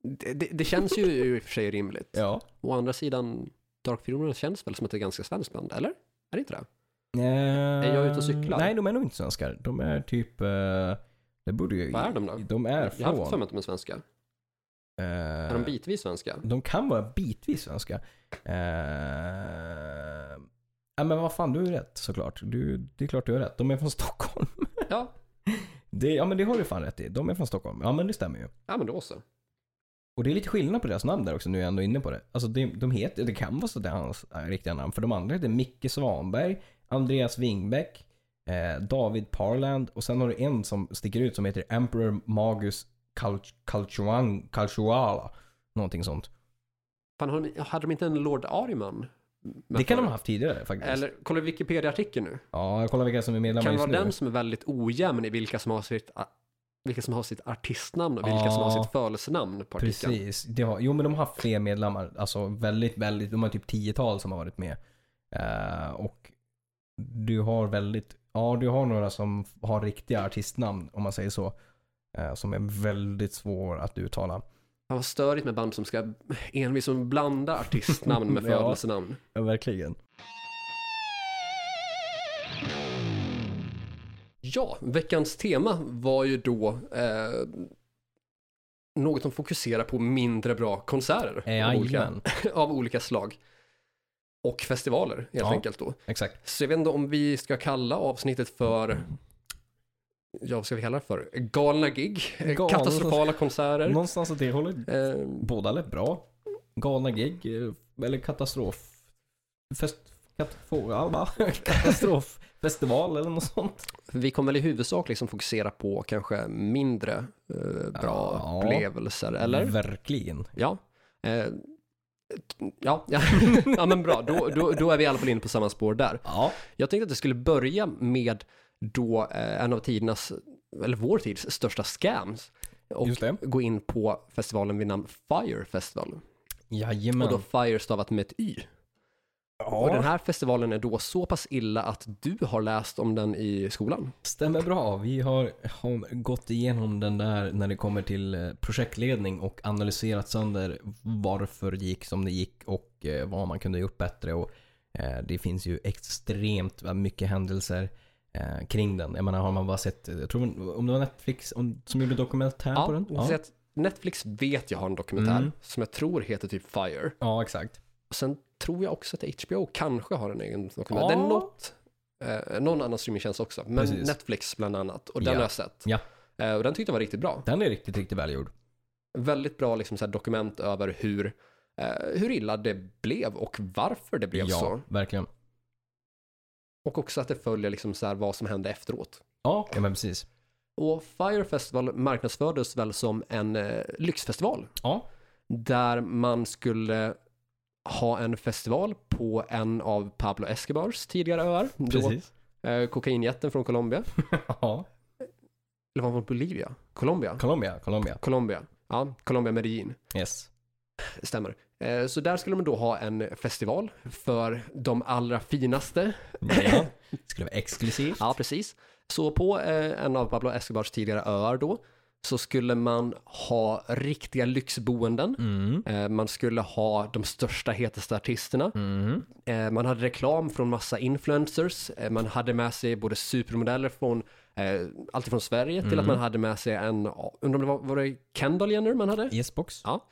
A: det, det- det känns ju i och för sig rimligt.
B: Ja.
A: Å andra sidan, Dark Funeral känns väl som att det är ganska svenskt band, eller? Är det inte det?
B: Är
A: jag ute och cyklar?
B: Eh, Nej, de är nog inte svenskar. De är typ... eh, det borde ju...
A: Vad är de då?
B: De är
A: Jag har haft för
B: från...
A: mig att de är svenska.
B: eh,
A: Är de bitvis svenska?
B: de kan vara bitvis svenska. Eh, ja, men vad fan, du är rätt såklart. Du, det är klart du har rätt. De är från Stockholm.
A: Ja,
B: Det, ja, men det har du fan rätt i. De är från Stockholm. Ja, men det stämmer ju.
A: ja men då så.
B: Och det är lite skillnad på deras namn där också, nu är jag ändå inne på det. Alltså det, de heter, det kan vara så att det är hans äh, riktiga namn. För de andra heter Micke Svanberg, Andreas Wingbäck, eh, David Parland och sen har du en som sticker ut som heter Emperor Magus Kalch- Kalchuang- Kalchuala. Någonting sånt.
A: Fan, har de, hade de inte en Lord Ariman?
B: Det kan de ha haft tidigare faktiskt.
A: Eller, kolla Wikipedia-artikeln nu.
B: Ja, jag kollar vilka som är medlemmar
A: kan det
B: just
A: vara
B: nu.
A: den som är väldigt ojämn i vilka som har sitt, vilka som har sitt artistnamn och vilka
B: Ja.
A: som har sitt födelsenamn på artikeln.
B: Precis. Det har, jo men de har haft fler medlemmar. Alltså väldigt, väldigt. De har typ tiotal som har varit med. Eh, och du har väldigt, ja du har några som har riktiga artistnamn om man säger så. eh, som är väldigt svår att uttala.
A: Fan vad störigt med band som ska envis och blanda artistnamn med
B: Ja.
A: födelsenamn.
B: Ja, verkligen.
A: Ja, veckans tema var ju då eh, något som fokuserar på mindre bra konserter av, olika,
B: Jajamän.
A: av olika slag. Och festivaler helt
B: Ja.
A: enkelt då.
B: Exakt.
A: Så jag vet inte om vi ska kalla avsnittet för, ja vad ska vi kalla det för? Galna gig, eh,
B: Galna-
A: katastrofala konserter.
B: Någonstans åt det hållet.
A: Eh,
B: Båda lät bra. Galna gig. eh, Eller katastrof. Fest, katastrof, katastroffestival eller något sånt.
A: vi kommer väl i huvudsak liksom fokusera på kanske mindre eh, bra
B: Ja. Mm.
A: upplevelser, eller?
B: Verkligen.
A: Ja. Eh, t- ja, ja. ja, men bra. Då, då, då är vi i alla fall inne på samma spår där.
B: Ja.
A: Jag tänkte att jag skulle börja med då eh, en av tidernas, eller vår tids största scams. Och
B: Just det.
A: gå in på festivalen vid namn Fire Festival.
B: Jajamän.
A: Och då Fire stavat med ett Y. Och
B: ja.
A: den här festivalen är då så pass illa att du har läst om den i skolan.
B: Stämmer bra. Vi har, har gått igenom den där när det kommer till eh, projektledning och analyserat sönder varför det gick som det gick och eh, vad man kunde gjort bättre. Och, eh, det finns ju extremt mycket händelser eh, kring den. Jag menar har man bara sett, eh, jag tror om det var Netflix om, som gjorde dokumentär på den?
A: så att Netflix vet jag har en dokumentär
B: Mm.
A: som jag tror heter typ Fire.
B: ja, exakt.
A: Sen tror jag också att HBO kanske har en egen dokumentär.
B: Ja.
A: Det är något, eh, någon annan streamingtjänst också, men
B: Precis.
A: Netflix bland annat. Och den
B: Ja.
A: har jag sett.
B: Ja.
A: Eh, och den tyckte jag var riktigt bra.
B: Den är riktigt, riktigt välgjord.
A: Väldigt bra liksom, så här, dokument över hur, eh, hur illa det blev och varför det blev
B: ja,
A: så.
B: verkligen.
A: Och också att det följer liksom, så här, vad som hände efteråt.
B: Ja, ja men precis.
A: Och Fire Festival marknadsfördes väl som en eh, lyxfestival
B: Ja,
A: där man skulle ha en festival på en av Pablo Escobars tidigare öar.
B: precis.
A: Då, eh, kokainjätten från Colombia.
B: ja,
A: Eller var han från Bolivia? Colombia?
B: Colombia, Colombia.
A: Colombia. Ja, Colombia Medellin.
B: Yes.
A: Stämmer. Eh, Så där skulle man då ha en festival för de allra finaste.
B: Ja. Skulle vara exklusivt.
A: Ja, precis. Så på eh, en av Pablo Escobars tidigare öar då så skulle man ha riktiga lyxboenden.
B: Mm.
A: Eh, Man skulle ha de största, hetaste artisterna.
B: Mm.
A: Eh, Man hade reklam från massa influencers. Eh, Man hade med sig både supermodeller från eh, allt från Sverige till att man hade med sig en, undrar om det var, var det Kendall Jenner man hade?
B: Yes box.
A: Ja.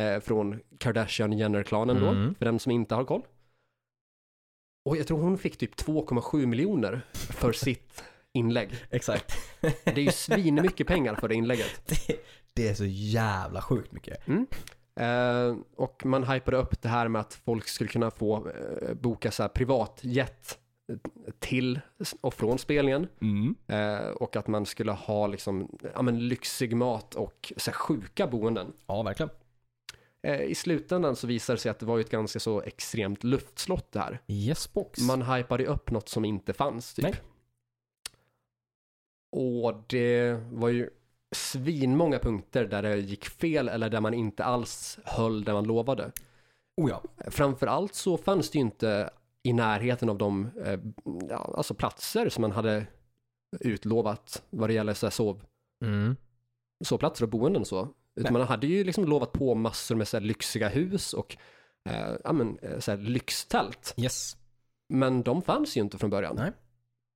A: Eh, från Kardashian-Jenner-klanen
B: Mm.
A: då, för den som inte har koll. Och jag tror hon fick typ 2,7 miljoner för sitt inlägg.
B: Exakt.
A: Det är ju svinmycket pengar för det inlägget.
B: Det, det är så jävla sjukt mycket.
A: Eh, och man hypade upp det här med att folk skulle kunna få eh, boka så här privatjet eh, till och från spelningen.
B: Mm.
A: Eh, och att man skulle ha liksom, ja, men lyxig mat och så här, sjuka boenden.
B: Ja, verkligen.
A: Eh, I slutändan så visade det sig att det var ju ett ganska så extremt luftslott det här.
B: Yes box.
A: Man hypade ju upp något som inte fanns typ.
B: Nej.
A: Och det var ju svinmånga punkter där det gick fel eller där man inte alls höll det man lovade.
B: Oh ja.
A: Framförallt så fanns det ju inte i närheten av de eh, ja, alltså platser som man hade utlovat vad det gäller så här sov,
B: Mm.
A: sovplatser och boenden och så. Utan man hade ju liksom lovat på massor med så här lyxiga hus och eh, ja, men, eh, så här lyxtält.
B: Yes.
A: Men de fanns ju inte från början.
B: Nej.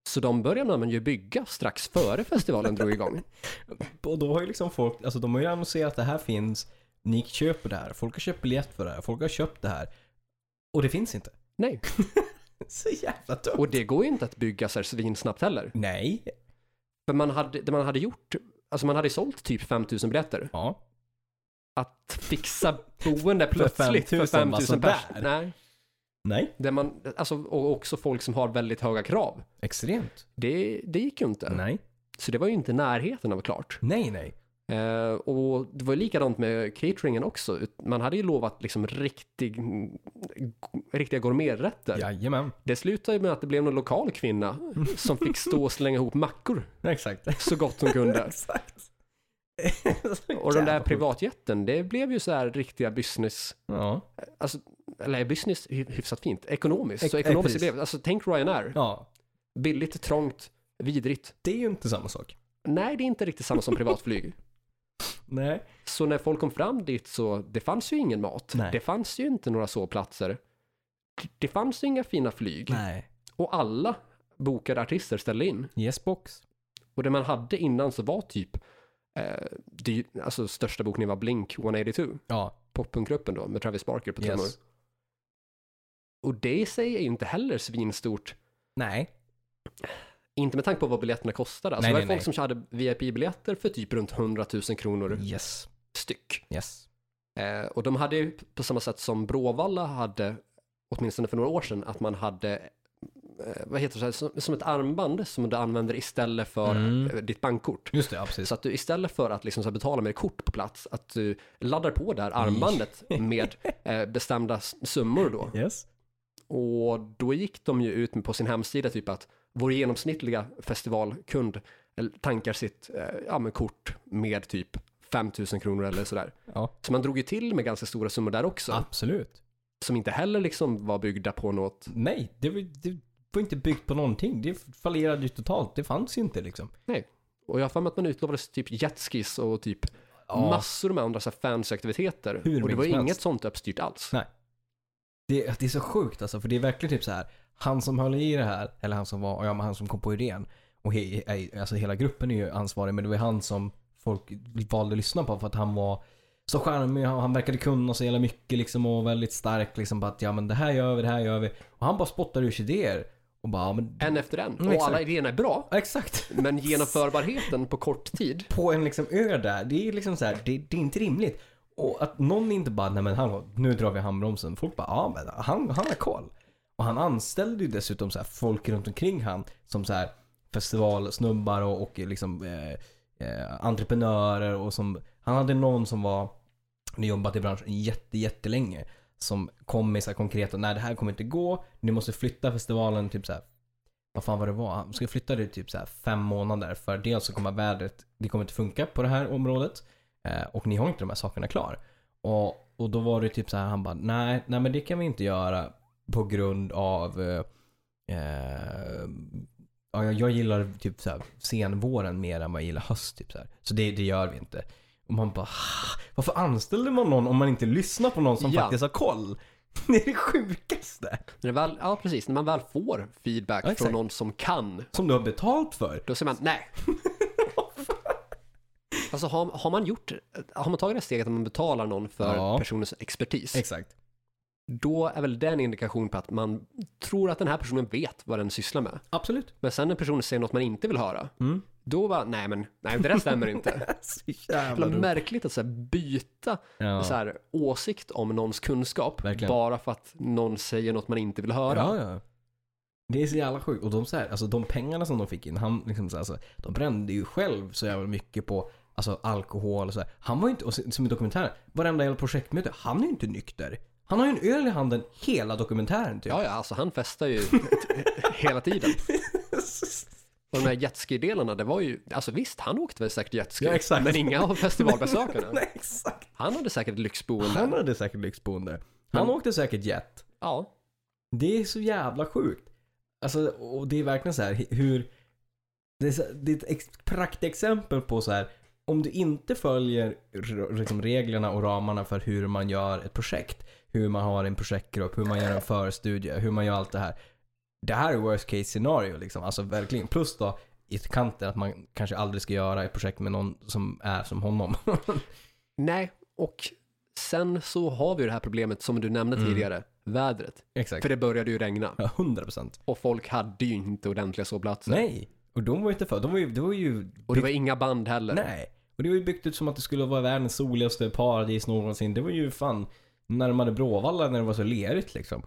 A: Så de började man ju bygga strax före festivalen drog igång.
B: Och då har ju liksom folk, alltså de har ju annonserat att det här finns, ni köper det här, folk har köpt biljett för det här, folk har köpt det här. Och det finns inte.
A: Nej,
B: Så jävla dumt.
A: och det går ju inte att bygga så här svinsnabbt heller.
B: Nej.
A: För man hade, det man hade gjort, alltså man hade sålt typ 5000 biljetter.
B: Ja.
A: Att fixa boende plötsligt för
B: 5000 var
A: 5000
B: sådär.
A: pers. Nej,
B: Nej.
A: det man, alltså, och också folk som har väldigt höga krav.
B: Extremt.
A: Det, det gick ju inte.
B: Nej.
A: Så det var ju inte i närheten av klart.
B: Nej, nej.
A: Eh, och det var ju likadant med cateringen också. Ut- Man hade ju lovat liksom riktig, riktiga gourmeträtter.
B: Jajamän.
A: Det slutade ju med att det blev någon lokal kvinna som fick stå och slänga ihop mackor
B: Exakt.
A: så gott hon kunde.
B: Exakt.
A: Och den där privatjätten, det blev ju så här riktiga business,
B: Ja.
A: alltså, eller business hy- hyfsat fint, ekonomiskt. Så
B: Ek- eh,
A: ekonomiskt
B: precis.
A: blev alltså tänk Ryanair,
B: ja.
A: billigt, trångt, vidrigt.
B: Det är ju inte samma sak.
A: Nej, det är inte riktigt samma som privatflyg.
B: Nej.
A: Så när folk kom fram dit så, det fanns ju ingen mat.
B: Nej.
A: Det fanns ju inte några sovplatser. Det fanns ju inga fina flyg.
B: Nej.
A: Och alla bokade artister ställde in.
B: Yes box.
A: Och det man hade innan så var typ, eh, det, alltså största bokningen var Blink 182,
B: Ja.
A: poppunkgruppen då med Travis Barker på
B: Yes.
A: trummor. Och det i sig är ju inte heller svinstort,
B: Nej.
A: inte med tanke på vad biljetterna kostade. Alltså
B: Nej,
A: det var
B: nej,
A: ju folk
B: nej.
A: som hade VIP-biljetter för typ runt 100 000 kronor
B: Yes.
A: styck.
B: Yes.
A: Eh, och de hade ju på samma sätt som Bråvalla hade, åtminstone för några år sedan, att man hade eh, vad heter det, så här, som, som ett armband som du använder istället för
B: Mm.
A: eh, ditt bankkort.
B: Just det, ja precis.
A: Så att du istället för att liksom så här betala med kort på plats, att du laddar på det här armbandet med eh, bestämda s- summor då.
B: Yes.
A: Och då gick de ju ut med på sin hemsida typ att vår genomsnittliga festivalkund eh, tankar sitt eh, ja, men kort med typ 5 000 kronor eller sådär.
B: Ja.
A: Så man drog ju till med ganska stora summor där också,
B: Absolut.
A: som inte heller liksom var byggda på något.
B: Nej, det var, det var inte byggt på någonting. Det fallerade ju totalt. Det fanns ju inte liksom.
A: Nej. Och jag har för mig att man utlovades typ jetskis och typ
B: Ja.
A: massor med andra så här fansaktiviteter.
B: Hur
A: Och det
B: mycket
A: var
B: som helst.
A: inget sånt uppstyrt alls.
B: Nej. Det, det är så sjukt alltså, för det är verkligen typ så här. Han som höll i det här, eller han som var, ja men han som kom på idén. Och he, he, alltså hela gruppen är ju ansvarig, men det var han som folk valde att lyssna på för att han var så charmig och han verkade kunna så jävla mycket liksom och väldigt stark liksom på att ja men det här gör vi, det här gör vi. Och han bara spottar ur sig idéer. Och bara ja, men...
A: En efter en.
B: Mm,
A: Och
B: exakt.
A: alla idéerna är bra,
B: Ja, Exakt.
A: men genomförbarheten på kort tid.
B: på en liksom ö där. Det är liksom så här, det, det är inte rimligt. Och att någon inte bara, nej men hallå, nu drar vi handbromsen. Folk bara, ja men han, han har koll. Och han anställde ju dessutom så här folk runt omkring han som så här festivalsnubbar och, och liksom eh, eh, entreprenörer och som, han hade någon som var, hade jobbat i branschen jätte, jättelänge. Som kom med så här konkreta, nej det här kommer inte gå, ni måste flytta festivalen typ så här vad fan var det var? Han skulle flytta det typ så här fem månader för dels så kommer vädret, det kommer inte funka på det här området eh, och ni har inte de här sakerna klar. Och, och då var det typ så här, han bara nej, nej men det kan vi inte göra på grund av eh, eh, ja, jag- jag gillar typ så här senvåren mer än vad jag gillar höst typ så här. Så det, det gör vi inte. Och man bara "Ah, varför anställde man någon om man inte lyssnar på någon som
A: Ja.
B: faktiskt har koll? Det är det sjukaste.
A: När det väl, ja, precis. När man väl får feedback
B: Ja, exakt.
A: från någon som kan,
B: Som du har betalt för.
A: då säger man nej. alltså har, har man gjort, har man tagit det steget att man betalar någon för
B: Ja.
A: personens expertis,
B: Exakt.
A: då är väl det en indikation på att man tror att den här personen vet vad den sysslar med.
B: Absolut.
A: Men sen när personen säger något man inte vill höra,
B: Mm.
A: då bara, nej men, nej det där stämmer inte.
B: Så Alltså, jävla
A: Det är märkligt att så här, byta
B: Ja.
A: så här, åsikt om någons kunskap
B: Verkligen.
A: bara för att någon säger något man inte vill höra.
B: ja, ja. Det är så jävla sjukt. Och de, så här, alltså, de pengarna som de fick in, han liksom, så här, alltså, de brände ju själv så jävla mycket på alltså, alkohol och så här. Han var ju inte, och så- som i dokumentären, varenda jävla projektmöte, han är ju inte nykter. Han har ju en öl i handen hela dokumentären typ.
A: Ja, ja, alltså han festar ju hela tiden. Och de här jetski-delarna, det var ju, alltså visst, han åkte väl säkert jetski,
B: Ja, exakt.
A: men inga av festivalbesökarna.
B: Nej, exakt.
A: Han hade säkert lyxboende.
B: Han hade säkert lyxboende. Han åkte säkert jet.
A: Ja,
B: Det är så jävla sjukt. Alltså, och det är verkligen så här hur... Det är, så, det är ett ex- praktexempel på så här om du inte följer r- liksom reglerna och ramarna för hur man gör ett projekt, hur man har en projektgrupp, hur man gör en förstudie, hur man gör allt det här. Det här är worst case scenario liksom, alltså verkligen. Plus då i kanten att man kanske aldrig ska göra ett projekt med någon som är som honom.
A: nej, och sen så har vi ju det här problemet som du nämnde tidigare, vädret.
B: Mm. Exakt.
A: För det började ju regna
B: Ja, 100%.
A: och folk hade ju inte ordentliga sovplatser.
B: Nej. Och de var ju inte för, de var ju, det var ju
A: Och det var inga band heller.
B: Nej. Och det var ju byggt ut som att det skulle vara världens soligaste paradis någonsin. Det var ju fan närmare Bråvalla när det var så lerigt liksom.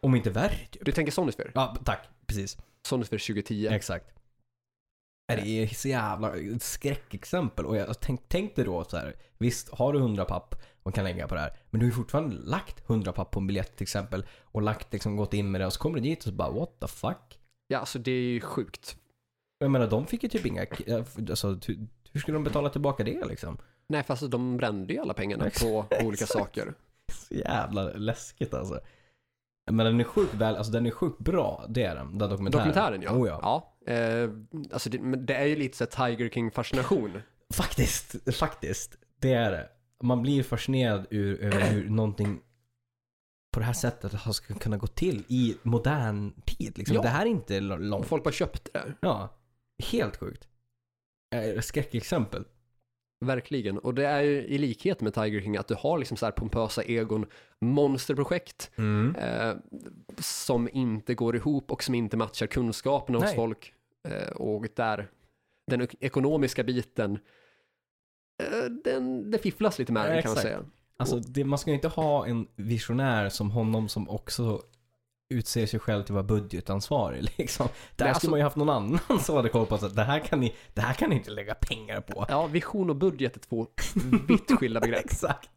B: Om inte värre typ.
A: Du tänker Sonnysphere?
B: Ja, tack. Precis.
A: Sonnysphere 2010.
B: Exakt. Nej, Det är så jävla ett skräckexempel. Och jag tänk, tänkte då så här. Visst, har du 100 papp och kan lägga på det här. Men du har ju fortfarande lagt 100 papp på en biljett till exempel. Och lagt liksom gått in med det. Och så kommer du dit och så bara what the fuck.
A: Ja, alltså det är ju sjukt.
B: Jag menar de fick ju typ inga, alltså hur, hur skulle de betala tillbaka det liksom?
A: Nej, fast alltså, de brände ju alla pengarna på olika
B: Exakt.
A: saker.
B: Så jävla läskigt alltså. Men den är sjukt väl, alltså den är sjukt bra, det är den. Den dokumentären.
A: Dokumentären ja.
B: Oh, ja.
A: ja. Eh, alltså det, men det är ju lite så här Tiger King-fascination.
B: Faktiskt, faktiskt. Det är det. Man blir fascinerad ur, över hur någonting på det här sättet har ska kunna gå till i modern tid. Liksom.
A: Ja.
B: Det här är inte l-
A: Och
B: långt.
A: Folk bara köpte det.
B: Ja, helt sjukt. Eh, Skräckexempel.
A: Verkligen. Och det är ju i likhet med Tiger King att du har liksom så här pompösa egon, monsterprojekt eh, som inte går ihop och som inte matchar kunskaperna hos
B: Nej.
A: folk. Eh, och där den ek- ekonomiska biten, eh, den, det fifflas lite med
B: Ja,
A: den kan man
B: exakt.
A: säga.
B: Alltså det, man ska ju inte ha en visionär som honom som också utser sig själv till att vara budgetansvarig liksom. Där
A: Nej, alltså-
B: skulle man ju haft någon annan som hade koll på att det här kan ni, det här kan ni inte lägga pengar på.
A: Ja, vision och budget är två vitt skilda begrepp
B: Exakt.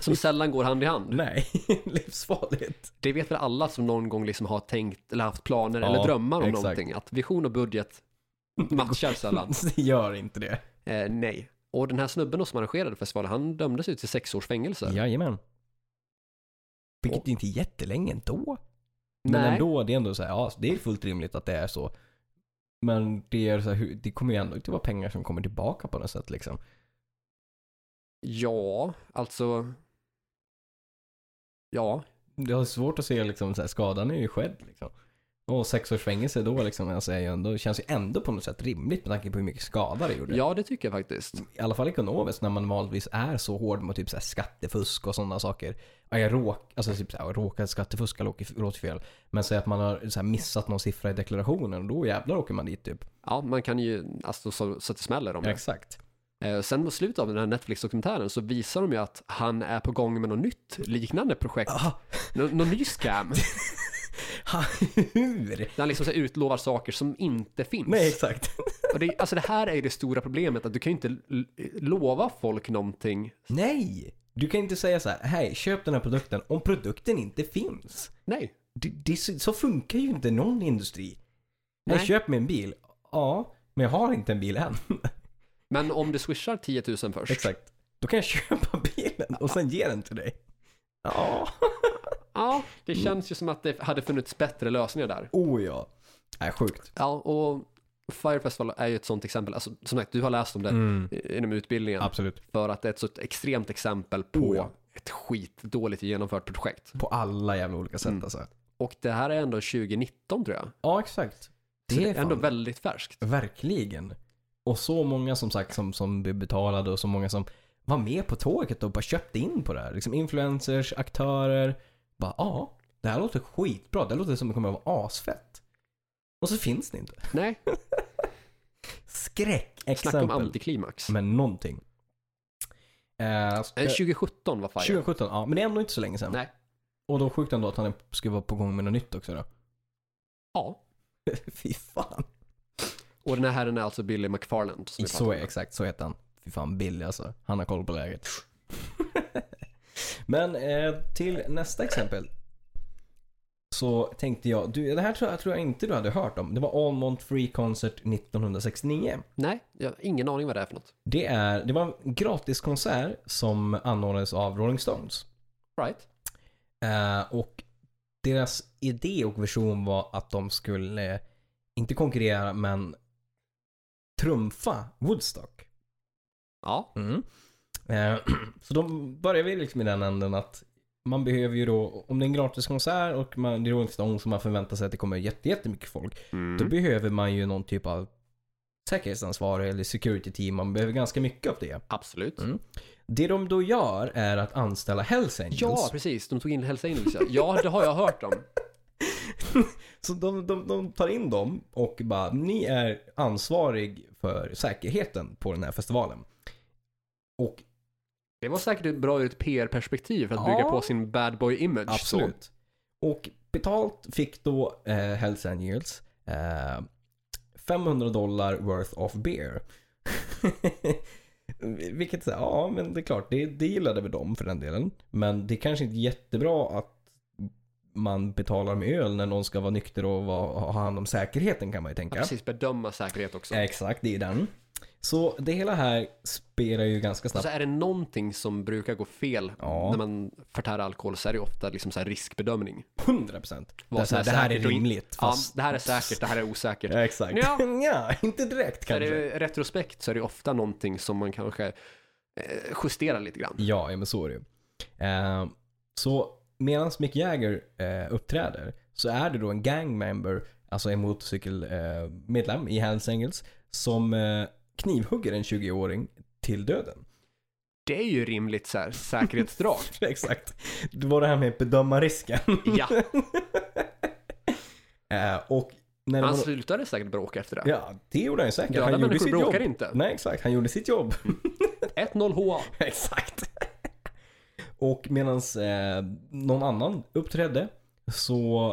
A: som sällan går hand i hand.
B: Nej, livsfarligt.
A: Det vet väl alla som någon gång liksom har tänkt eller haft planer
B: Ja,
A: eller drömmar om
B: exakt.
A: någonting. Att vision och budget matchar sällan.
B: Det gör inte det.
A: Eh, nej. Och den här snubben då som arrangerade festivalen, han dömdes ju till sex års fängelse.
B: Jajamän. Vilket
A: Och-
B: är inte är jättelänge ändå. Men
A: nej,
B: ändå, det är ändå så här, ja det är fullt rimligt att det är så. Men det, är så här, hur- det kommer ju ändå inte vara pengar som kommer tillbaka på något sätt liksom.
A: Ja, alltså. Ja,
B: Det är svårt att se liksom, så här, skadan är ju skedd liksom. Och sex års fängelse då liksom, alltså, är ju ändå, känns ju ändå på något sätt rimligt med tanke på hur mycket skada det gjorde.
A: Ja, det tycker jag faktiskt.
B: I alla fall ekonomiskt när man vanligtvis är så hård mot typ så här skattefusk och sådana saker. Ja, jag råk, alltså typ så här, råkade skattefuska, låg- låter fel. Men säg att man har så här, missat någon siffra i deklarationen och då jävlar åker man dit typ.
A: Ja, man kan ju, alltså så, så att det smäller om det.
B: Exakt.
A: Eh, sen mot slutet av den här Netflix-dokumentären så visar de ju att han är på gång med något nytt liknande projekt.
B: Aha.
A: Nå- någon ny scam. Där
B: Hur?
A: han liksom så här utlovar saker som inte finns.
B: Nej, exakt.
A: Och det, alltså det här är ju det stora problemet, att du kan ju inte l- lova folk någonting.
B: Nej! Du kan inte säga så här, hej, köp den här produkten om produkten inte finns.
A: Nej.
B: Det, det, så funkar ju inte någon industri. Nej.
A: Nej.
B: köp mig en bil. Ja, men jag har inte en bil än.
A: Men om du swishar 10 000 först.
B: Exakt. Då kan jag köpa bilen och sen ge den till dig. Ja.
A: Ja, det känns ju som att det hade funnits bättre lösningar där.
B: Oh ja. Nej, sjukt.
A: Ja, och Fire Festival är ju ett sånt exempel. Alltså, som sagt, du har läst om det i- inom utbildningen.
B: Absolut.
A: För att det är ett så extremt exempel på
B: Oh, ja.
A: ett skitdåligt genomfört projekt.
B: På alla jävla olika sätt alltså.
A: Och det här är ändå 2019 tror jag.
B: Ja, exakt.
A: Så
B: Det är
A: ändå
B: fan
A: väldigt färskt.
B: Verkligen. Och så många som sagt som, som blev betalade och så många som var med på tåget och bara köpte in på det här. Liksom influencers, aktörer. Bara ja, det här låter skitbra. Det här låter som det kommer att vara asfett. Och så finns det inte.
A: Nej,
B: Skräck!
A: snacka om
B: Exempel.
A: antiklimax.
B: Men någonting. Eh, ska-
A: Men 2017 var Fire.
B: 2017, ja. Men det är ändå inte så länge sedan.
A: Nej.
B: Och då sjukt ändå att han är- ska vara på gång med något nytt också då.
A: Ja.
B: Fy fan.
A: Och den här herren är alltså Billy McFarland. Som vi
B: Så
A: pratade
B: är
A: om.
B: exakt, så heter han. Fy fan Billy alltså. Han har koll på läget. Men eh, till nästa exempel. Så tänkte jag, du, det här tror jag, tror jag inte du hade hört om. Det var Almont Free Concert 1969.
A: Nej, jag har ingen aning vad det är för något.
B: Det, är, det var en gratiskonsert som anordnades av Rolling Stones.
A: Right?
B: Eh, och deras idé och vision var att de skulle, eh, inte konkurrera, men trumfa Woodstock.
A: Ja.
B: Mm. Eh, så de börjar vi liksom i den änden att man behöver ju då, om det är en gratiskonsert och man, det är Rolling Stones som man förväntar sig att det kommer jätte- jättemycket folk.
A: Mm.
B: Då behöver man ju någon typ av säkerhetsansvarig eller security team. Man behöver ganska mycket av det.
A: Absolut.
B: Mm. Det de då gör är att anställa Hells Angels.
A: Ja, precis. De tog in Hells Angels. ja. Ja, det har jag hört om.
B: Så de, de, de tar in dem och bara, ni är ansvarig för säkerheten på den här festivalen. Och
A: Det var säkert bra ur ett PR-perspektiv för att
B: Ja.
A: bygga på sin bad boy-image. Så.
B: absolut. Och betalt fick då eh, Hells Angels eh, 500 dollar worth of beer. Vilket, så här, ja men det är klart, det, det gillade väl de för den delen. Men det är kanske inte jättebra att man betalar med öl när någon ska vara nykter och vara, ha hand om säkerheten kan man ju
A: Ja,
B: tänka.
A: precis, bedöma säkerhet också.
B: Exakt, det är den. Så det hela här spelar ju ganska
A: Och
B: snabbt.
A: så är det någonting som brukar gå fel
B: Ja.
A: när man förtär alkohol så är det ju ofta liksom så här riskbedömning.
B: 100%. Det, är
A: Vad
B: så här, det
A: som
B: här är
A: säkert och in-
B: rimligt. Fast...
A: Ja, det här är säkert, det här är osäkert.
B: Ja, exakt.
A: Ja.
B: Ja, inte direkt
A: Så är
B: kanske.
A: det retrospekt så är det ofta någonting som man kanske eh, justerar lite grann.
B: Ja, ja men så är det ju. Eh, Så medan Mick Jagger eh, uppträder så är det då en gangmember, alltså en motorcykelmedlem i Hells Angels, som eh, knivhugger en 20-åring till döden.
A: Det är ju rimligt så här, säkerhetsdrag.
B: Exakt. Det var det här med att bedöma risken.
A: ja,
B: Eh, Och när det
A: han
B: var-
A: slutade säkert bråka efter det.
B: Ja, det gjorde han ju säkert.
A: Döda
B: han gjorde
A: Alltså, människor
B: sitt jobb.
A: bråkar inte.
B: Nej, exakt. Han gjorde sitt jobb.
A: 1-0 HA.
B: exakt. Och medan eh, någon annan uppträdde så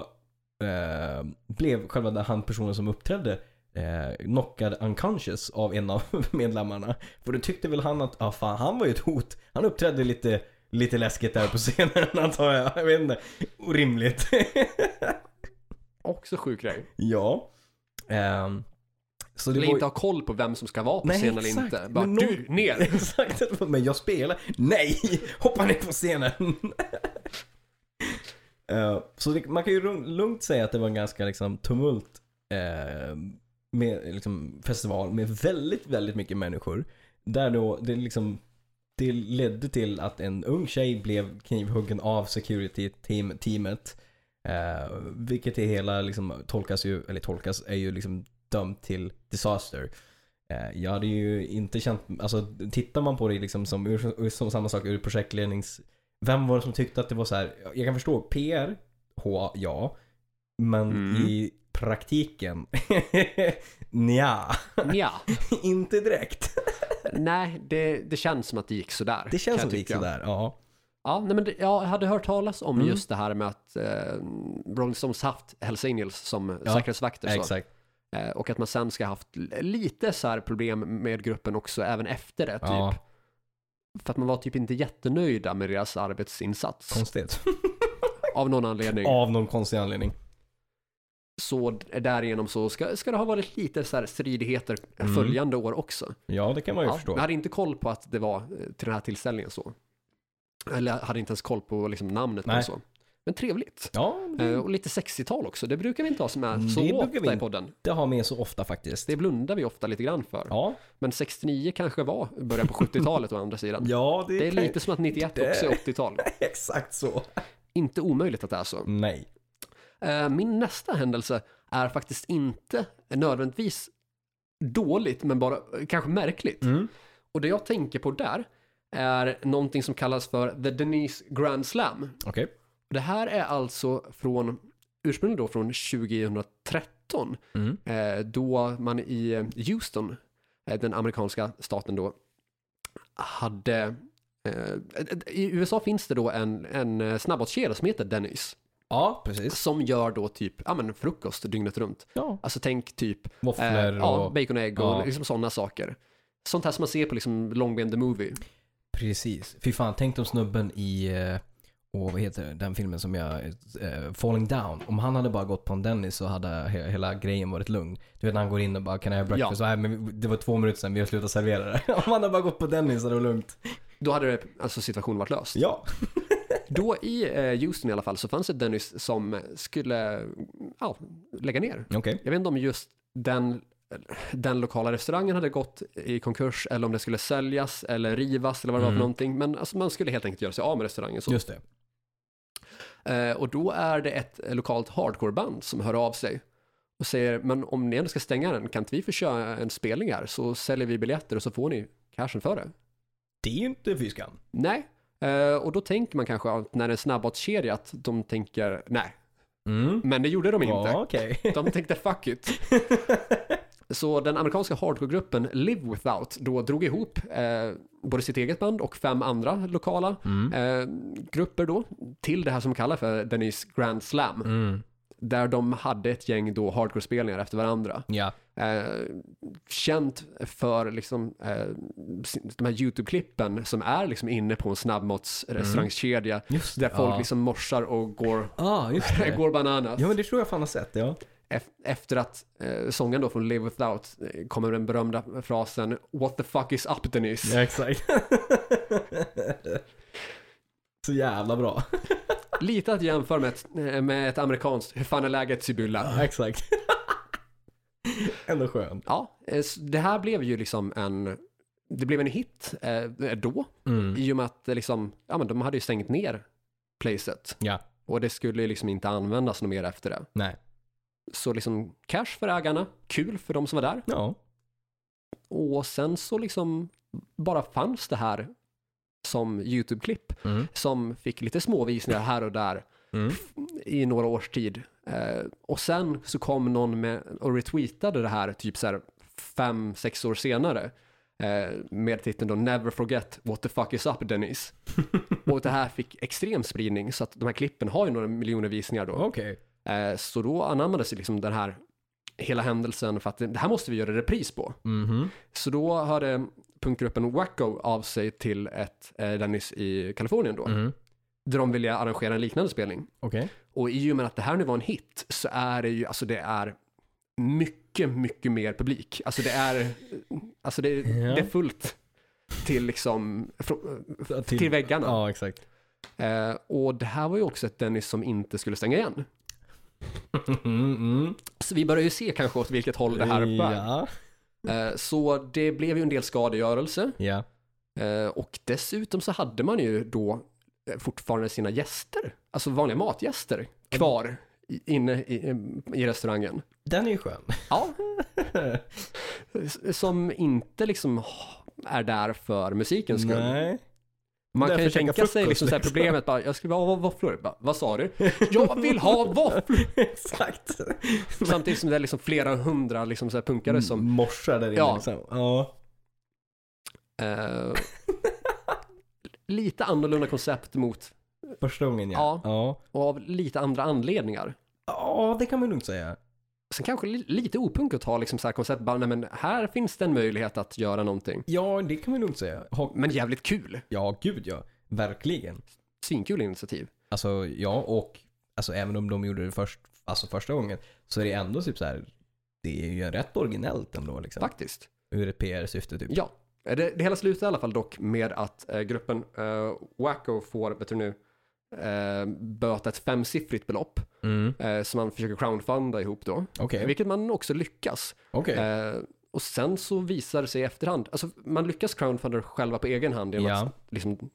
B: eh, blev själva den han personen som uppträdde eh, knockad unconscious av en av medlemmarna. För då tyckte väl han att, ja ah, fan han var ju ett hot. Han uppträdde lite, lite läskigt där på scenen antar jag. Jag vet inte. Orimligt.
A: Också sjuk grej.
B: ja. Ehm, så det
A: Eller
B: var ju-
A: inte ha koll på vem som ska vara på
B: Nej,
A: scenen eller
B: exakt.
A: inte. Bara,
B: Men någon-
A: du, ner!
B: Exakt, men jag spelar. Nej! Hoppa ner på scenen! Eh, så det, man kan ju lugn- lugnt säga att det var en ganska liksom, tumult eh, med, liksom, festival med väldigt, väldigt mycket människor. Där då det liksom det ledde till att en ung tjej blev knivhuggen av security team, teamet. Eh, vilket är hela, liksom, tolkas ju, eller tolkas, är ju liksom dömt till disaster. Eh, jag hade ju inte känt, alltså tittar man på det liksom som, ur- ur- som samma sak ur projektlednings... Vem var det som tyckte att det var så här, jag kan förstå PR, H, ja. Men
A: Mm.
B: i praktiken, nja,
A: Ja,
B: inte direkt.
A: nej, det, det känns som att det gick sådär.
B: Det
A: kan jag
B: känns som det gick
A: tycka.
B: sådär, ja.
A: Ja, nej, men det, jag hade hört talas om
B: Mm.
A: just det här med att eh, Rolling Stones haft Hells Angels som
B: Ja,
A: säkerhetsvakter. Så.
B: Exakt.
A: Eh, och att man sen ska ha haft l- lite så här problem med gruppen också även efter det. Typ.
B: Ja,
A: För att man var typ inte jättenöjda med deras arbetsinsats
B: konstigt.
A: av någon anledning.
B: Av någon konstig anledning.
A: Så d- därigenom så ska, ska det ha varit lite så här stridigheter
B: Mm.
A: följande år också.
B: Ja, det kan man ju
A: Ja,
B: förstå.
A: jag hade inte koll på att det var eh, till den här tillställningen så. Eller jag hade inte ens koll på liksom namnet
B: Nej.
A: och så. Men trevligt.
B: Ja, det,
A: Eh, Och lite 60-tal också, det brukar vi inte ha som är så
B: Mm, Det brukar vi
A: ofta i
B: inte.
A: podden.
B: det har med så ofta faktiskt.
A: Det blundar vi ofta lite grann för.
B: Ja,
A: Men 69 kanske var början på 70-talet å andra sidan.
B: ja
A: Det är lite som att 91
B: Det-
A: också är 80-tal.
B: exakt så.
A: Inte omöjligt att det är så.
B: Nej.
A: Eh, Min nästa händelse är faktiskt inte nödvändigtvis dåligt, men bara eh, kanske märkligt.
B: Mm.
A: Och det jag tänker på där är någonting som kallas för The Denise Grand Slam.
B: Okej.
A: Det här är alltså från, ursprungligen då från 2013,
B: Mm.
A: eh, då man i eh, Houston, eh, den amerikanska staten då, hade eh, i USA finns det då en, en eh, snabbmatskedja som heter Denny's.
B: Ja, precis.
A: Som gör då typ ja, men frukost dygnet runt.
B: Ja.
A: Alltså tänk typ eh,
B: Våfflor
A: ja,
B: och...
A: bacon och ägg och
B: ja.
A: liksom sådana saker. Sånt här som man ser på liksom Long Bend the Movie.
B: Precis. Fy fan, tänk om snubben i... eh, Åh, vad heter den filmen som jag... eh, Falling Down. Om han hade bara gått på en Dennis så hade he- hela grejen varit lugn. Du vet när han går in och bara “Can I have breakfast?” ja. men vi- Det var två minuter sedan, vi har slutat servera det. Om han hade bara gått på Dennis hade det varit lugnt.
A: Då hade det, alltså situationen varit löst.
B: Ja.
A: Då i eh, Houston i alla fall så fanns ett Dennis som skulle ja, lägga ner.
B: Okej.
A: Jag vet inte om just den, den lokala restaurangen hade gått i konkurs eller om det skulle säljas eller rivas eller vad det var för
B: Mm.
A: någonting. Men alltså, man skulle helt enkelt göra sig av med restaurangen. Så.
B: Just det.
A: Eh, och då är det ett eh, lokalt hardcoreband som hör av sig och säger, men om ni ändå ska stänga den, kan inte vi få köra en spelning här så säljer vi biljetter och så får ni cashen för det.
B: Det är ju inte fy skam.
A: Nej, eh, och då tänker man kanske att när det är en snabbmatskedja att de tänker, nej,
B: Mm.
A: men det gjorde de inte.
B: Ja, okej.
A: De tänkte fuck it. Så den amerikanska hardcore-gruppen Live Without då drog ihop eh, både sitt eget band och fem andra lokala
B: Mm.
A: eh, grupper då till det här som kallas för Dennis Grand Slam.
B: Mm.
A: Där de hade ett gäng då hardcore-spelningar efter varandra.
B: Ja.
A: Eh, känt för liksom, eh, sin- de här YouTube-klippen som är liksom inne på en snabbmatsrestaurangskedja
B: Just
A: där folk
B: Mm. ja.
A: liksom morsar och går,
B: ah, just det.
A: går bananas.
B: Ja men det tror jag fan har sett, ja.
A: Ef- efter att eh, sången då från Live Without eh, kommer den berömda frasen What the fuck is up Denise?
B: exakt. Så jävla bra.
A: Lite att jämföra med ett, eh, med ett amerikanskt Hur fan är läget Sibylla?
B: exakt. Ändå skönt.
A: Ja, eh, s- det här blev ju liksom en det blev en hit eh, då
B: Mm,
A: i och med att eh, liksom, ja, men de hade ju stängt ner placet
B: Ja,
A: och det skulle ju liksom inte användas något mer efter det.
B: nej.
A: Så liksom cash för ägarna, kul för de som var där
B: Ja.
A: och sen så liksom bara fanns det här som YouTube-klipp
B: Mm.
A: som fick lite småvisningar här och där
B: Mm.
A: i några års tid. Eh, och sen så kom någon med och retweetade det här typ så här fem, sex år senare eh, med titeln då Never forget what the fuck is up Dennis. och det här fick extrem spridning så att de här klippen har ju några miljoner visningar då.
B: Okej.
A: Eh, så då anammades ju liksom den här hela händelsen för att det det här måste vi göra repris på.
B: Mhm.
A: Så då hörde punkgruppen Wacko av sig till ett eh, Dennis i Kalifornien då
B: Mhm.
A: där de ville arrangera en liknande spelning.
B: Okej.
A: Och i och med att det här nu var en hit så är det ju, alltså det är mycket, mycket mer publik. Alltså det är, alltså det,
B: Ja.
A: det är fullt till liksom, från,
B: Till,
A: till väggarna.
B: Ja, exakt.
A: Eh, och det här var ju också ett Dennis som inte skulle stänga igen.
B: Mm, mm.
A: Så vi börjar ju se kanske åt vilket håll det här är på väg.
B: Ja.
A: eh, Så det blev ju en del skadegörelse.
B: Ja.
A: Eh, och dessutom så hade man ju då eh, fortfarande sina gäster, alltså vanliga matgäster, kvar i, inne i, i restaurangen.
B: Den är ju skön.
A: Ja, s- som inte liksom oh, är där för musikens skull.
B: Nej.
A: Man
B: Därför
A: kan ju
B: käka
A: tänka sig
B: frukost,
A: liksom så här
B: liksom.
A: problemet bara, jag skulle vilja ha våfflor. Bara, Vad sa du? Jag vill ha våfflor!
B: Exakt.
A: Samtidigt som det är liksom flera hundra liksom så här
B: Mm.
A: punkare som
B: morsar där inne
A: Ja.
B: liksom. Ja.
A: Eh, lite annorlunda koncept mot,
B: Första gången ja. Ja.
A: och av lite andra anledningar.
B: Ja, det kan man lugnt säga.
A: Sen kanske li- lite opunk att ha liksom så här koncept, bara nej men här finns det en möjlighet att göra någonting.
B: Ja, det kan man lugnt säga. Ha,
A: Men jävligt kul,
B: ja, gud ja. Verkligen.
A: svinkul initiativ.
B: Alltså, ja och alltså, även om de gjorde det först, alltså första gången så är det ändå typ så här. Det är ju rätt originellt ändå liksom.
A: Faktiskt.
B: Ur ett PR-syfte typ.
A: Ja. Eh, Det, det hela slutar i alla fall dock med att eh, gruppen eh, Wacko får, vet du nu, eh, böta ett femsiffrigt belopp
B: Mm.
A: eh, som man försöker crowdfunda ihop då.
B: Okej.
A: Vilket man också lyckas.
B: Okej.
A: Eh, och sen så visar det sig i efterhand, alltså man lyckas crowdfunda själva på egen hand genom
B: Ja.
A: att liksom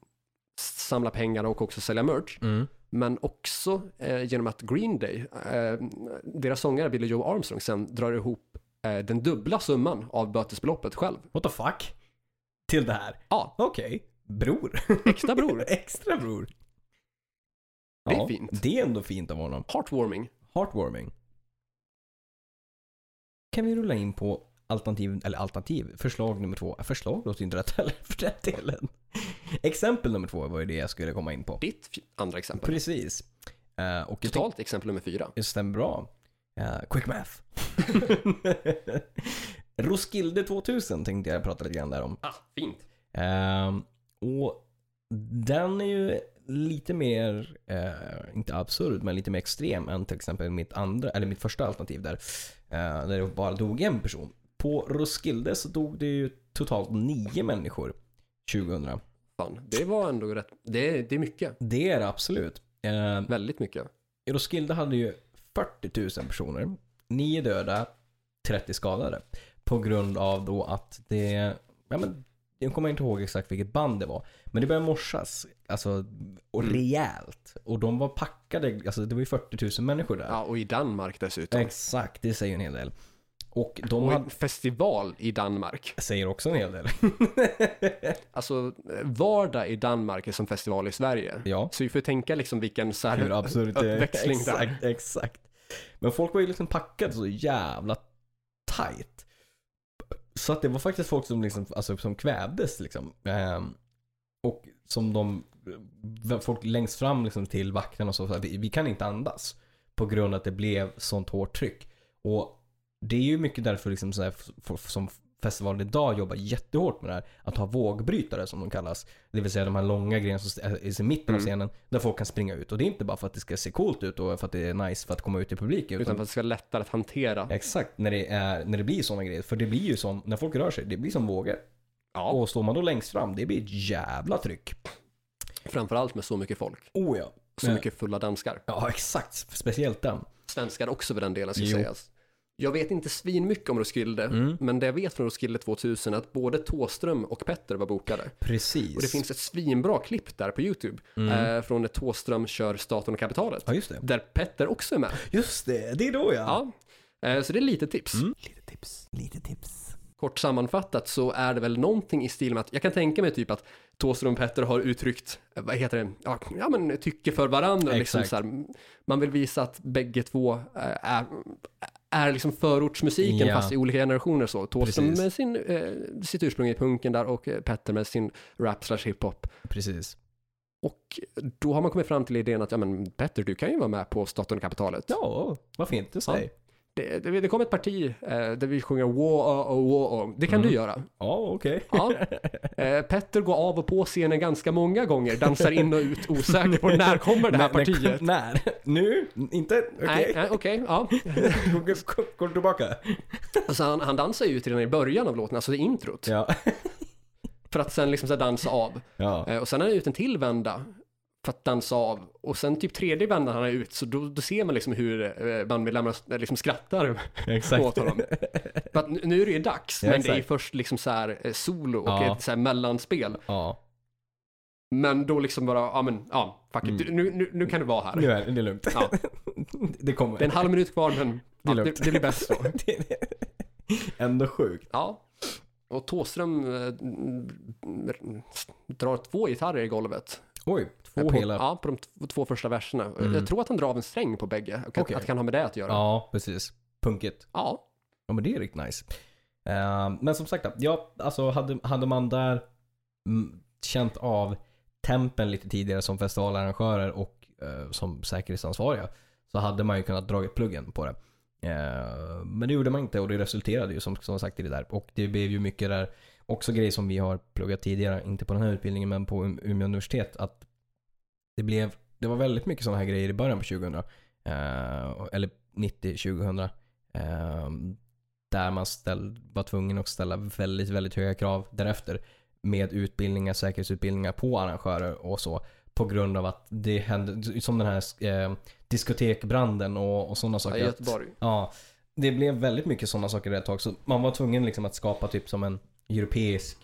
A: samla pengar och också sälja merch.
B: Mm.
A: Men också eh, genom att Green Day, eh, deras sångare Billy Joe Armstrong sen drar ihop eh, den dubbla summan av bötesbeloppet själv.
B: What the fuck? Till det här?
A: Ja,
B: Okej. Bror.
A: äkta bror.
B: Extra bror.
A: Det är fint.
B: Det är ändå fint av honom.
A: Heartwarming.
B: Heartwarming. Kan vi rulla in på alternativ, eller alternativ, förslag nummer två. Förslag låter ju inte rätt heller för den delen. Exempel nummer två var ju det jag skulle komma in på.
A: Ditt f- andra exempel.
B: Precis. Eh, och jag
A: Totalt exempel nummer fyra.
B: det stämmer bra. Eh, quick math. Roskilde 2000 tänkte jag prata lite grann där om.
A: Ah, fint.
B: Ehm, och den är ju lite mer, eh, inte absurd, men lite mer extrem än till exempel mitt, andra, eller mitt första alternativ där. eh, där det bara dog en person. På Roskilde så dog det ju totalt nio människor 2000.
A: Fan, det var ändå rätt. Det, är- det är mycket.
B: Det är det absolut. Eh,
A: Väldigt mycket.
B: Roskilde hade ju 40 000 personer. 9 döda, 30 skadade. På grund av då att det, ja men jag kommer inte ihåg exakt vilket band det var. Men det började morsas. Alltså, och rejält. Och de var packade, alltså det var ju 40 000 människor där.
A: Ja, och i Danmark dessutom.
B: Exakt, det säger en hel del. Och de
A: Och
B: hade,
A: en festival i Danmark.
B: säger också en hel del.
A: Alltså eh, vardag i Danmark är som festival i Sverige.
B: ja.
A: Så vi får tänka liksom vilken så
B: Hur
A: här
B: absurt det är.
A: uppväxling där.
B: Exakt, exakt. Men folk var ju liksom packade så jävla tight. Så att det var faktiskt folk som liksom, alltså som kvävdes liksom. Ehm, och som de, folk längst fram liksom till vakten och så, så här, vi, vi kan inte andas. På grund av att det blev sånt hårt tryck. Och det är ju mycket därför liksom så här, f- f- som festivalen idag jobbar jättehårt med det här. Att ha vågbrytare som de kallas. Det vill säga de här långa grejerna som är i mitten av
A: Mm.
B: scenen. Där folk kan springa ut. Och det är inte bara för att det ska se coolt ut och för att det är nice för att komma ut i
A: utan
B: publiken. Utan
A: för att det ska vara lättare att hantera.
B: Exakt, när det, är, när det blir sådana grejer. För det blir ju som, när folk rör sig, det blir som vågor.
A: Ja,
B: Och står man då längst fram, det blir ett jävla tryck.
A: framförallt med så mycket folk.
B: Oh ja.
A: Så
B: Nej.
A: mycket fulla danskar.
B: Ja, exakt. Speciellt den.
A: Svenskar också för den delen ska
B: Jo.
A: sägas. Jag vet inte svin mycket om Roskilde, men det jag vet från Roskilde 2000 är att både Tåström och Petter var bokade.
B: Precis.
A: Och det finns ett svinbra klipp där på YouTube eh, från när Tåström kör Staten och kapitalet.
B: Mm. Ja, just det.
A: Där Petter också är med.
B: Just det, det är då ja. Mm.
A: Ja. Eh, så det är lite tips.
B: Lite tips. Lite tips.
A: kort sammanfattat så är det väl någonting i stil med att jag kan tänka mig typ att Thåström och Petter har uttryckt, eh, vad heter det, ja, ja men tycke för varandra. Liksom,
B: Exakt.
A: så här, man vill visa att bägge två eh, är, är liksom förortsmusiken
B: Ja.
A: fast i olika generationer så. Thåström
B: Precis.
A: med sin, eh, sitt ursprung i punken där och eh, Petter med sin rap slash hiphop.
B: Precis.
A: Och då har man kommit fram till idén att, ja men Petter du kan ju vara med på Staten och kapitalet.
B: Ja, varför inte säg.
A: Det, det, det kom ett parti eh, där vi sjunger wow, oh, wow, oh. Det kan
B: Mm.
A: du göra.
B: Ja, okej.
A: Ja. Eh, Petter går av och på scenen ganska många gånger, dansar in och ut, osäker på när kommer det här
B: När- när-
A: partiet.
B: När? Nu? Inte?
A: Nej,
B: Okej.
A: nej, okej, ja.
B: Går- Går tillbaka?
A: Alltså han, han dansar ju ut redan i början av låten, alltså det är introt.
B: Ja.
A: För att sen liksom så här dansa av.
B: ja.
A: Eh, och sen är han ut en till vända för att dansa av. Och sen typ tredje vändan han är ut, så då, då ser man liksom hur eh, bandmedlemmar eh, liksom skrattar åt
B: Exakt.
A: honom. För att nu, nu är det ju dags,
B: Ja,
A: men det är ju
B: exakt.
A: först liksom så här eh, solo och
B: Ja.
A: ett så här mellanspel.
B: Ja.
A: Men då liksom bara, ja men, ja, fuck it.
B: Mm.
A: Du- Nu, nu, nu kan du vara här.
B: Nu är det, det är lugnt.
A: Ja.
B: Det kommer.
A: Det är en halv minut kvar men ja, det,
B: lugnt.
A: det blir bäst då.
B: Det är Ändå sjukt.
A: Ja. Och Thåström eh, mm, drar två gitarrer i golvet.
B: Oj, två
A: på,
B: hela.
A: Ja, på de t- två första verserna.
B: Mm.
A: Jag tror att han drar av en sträng på bägge. Och att,
B: Okej.
A: att det kan ha med det att göra.
B: Ja, precis. Punkigt.
A: ja.
B: Ja men det är riktigt nice. Eh, men som sagt, ja, alltså hade, hade man där mm, känt av tempen lite tidigare som festivalarrangörer och eh, som säkerhetsansvariga så hade man ju kunnat dragit pluggen på det. Eh, men det gjorde man inte och det resulterade ju som, som sagt i det där. Och det blev ju mycket där, också grejer som vi har pluggat tidigare, inte på den här utbildningen men på Um- Umeå universitet, att det blev, det var väldigt mycket sådana här grejer i början på 2000, eh, eller 90, 2000. eh, där man ställ, var tvungen att ställa väldigt, väldigt höga krav därefter med utbildningar, säkerhetsutbildningar på arrangörer och så på grund av att det hände, som den här eh, diskotekbranden och, och sådana
A: ja,
B: saker.
A: i
B: att-
A: Göteborg.
B: Ja, det blev väldigt mycket sådana saker ett tag. Så man var tvungen liksom att skapa typ som en europeisk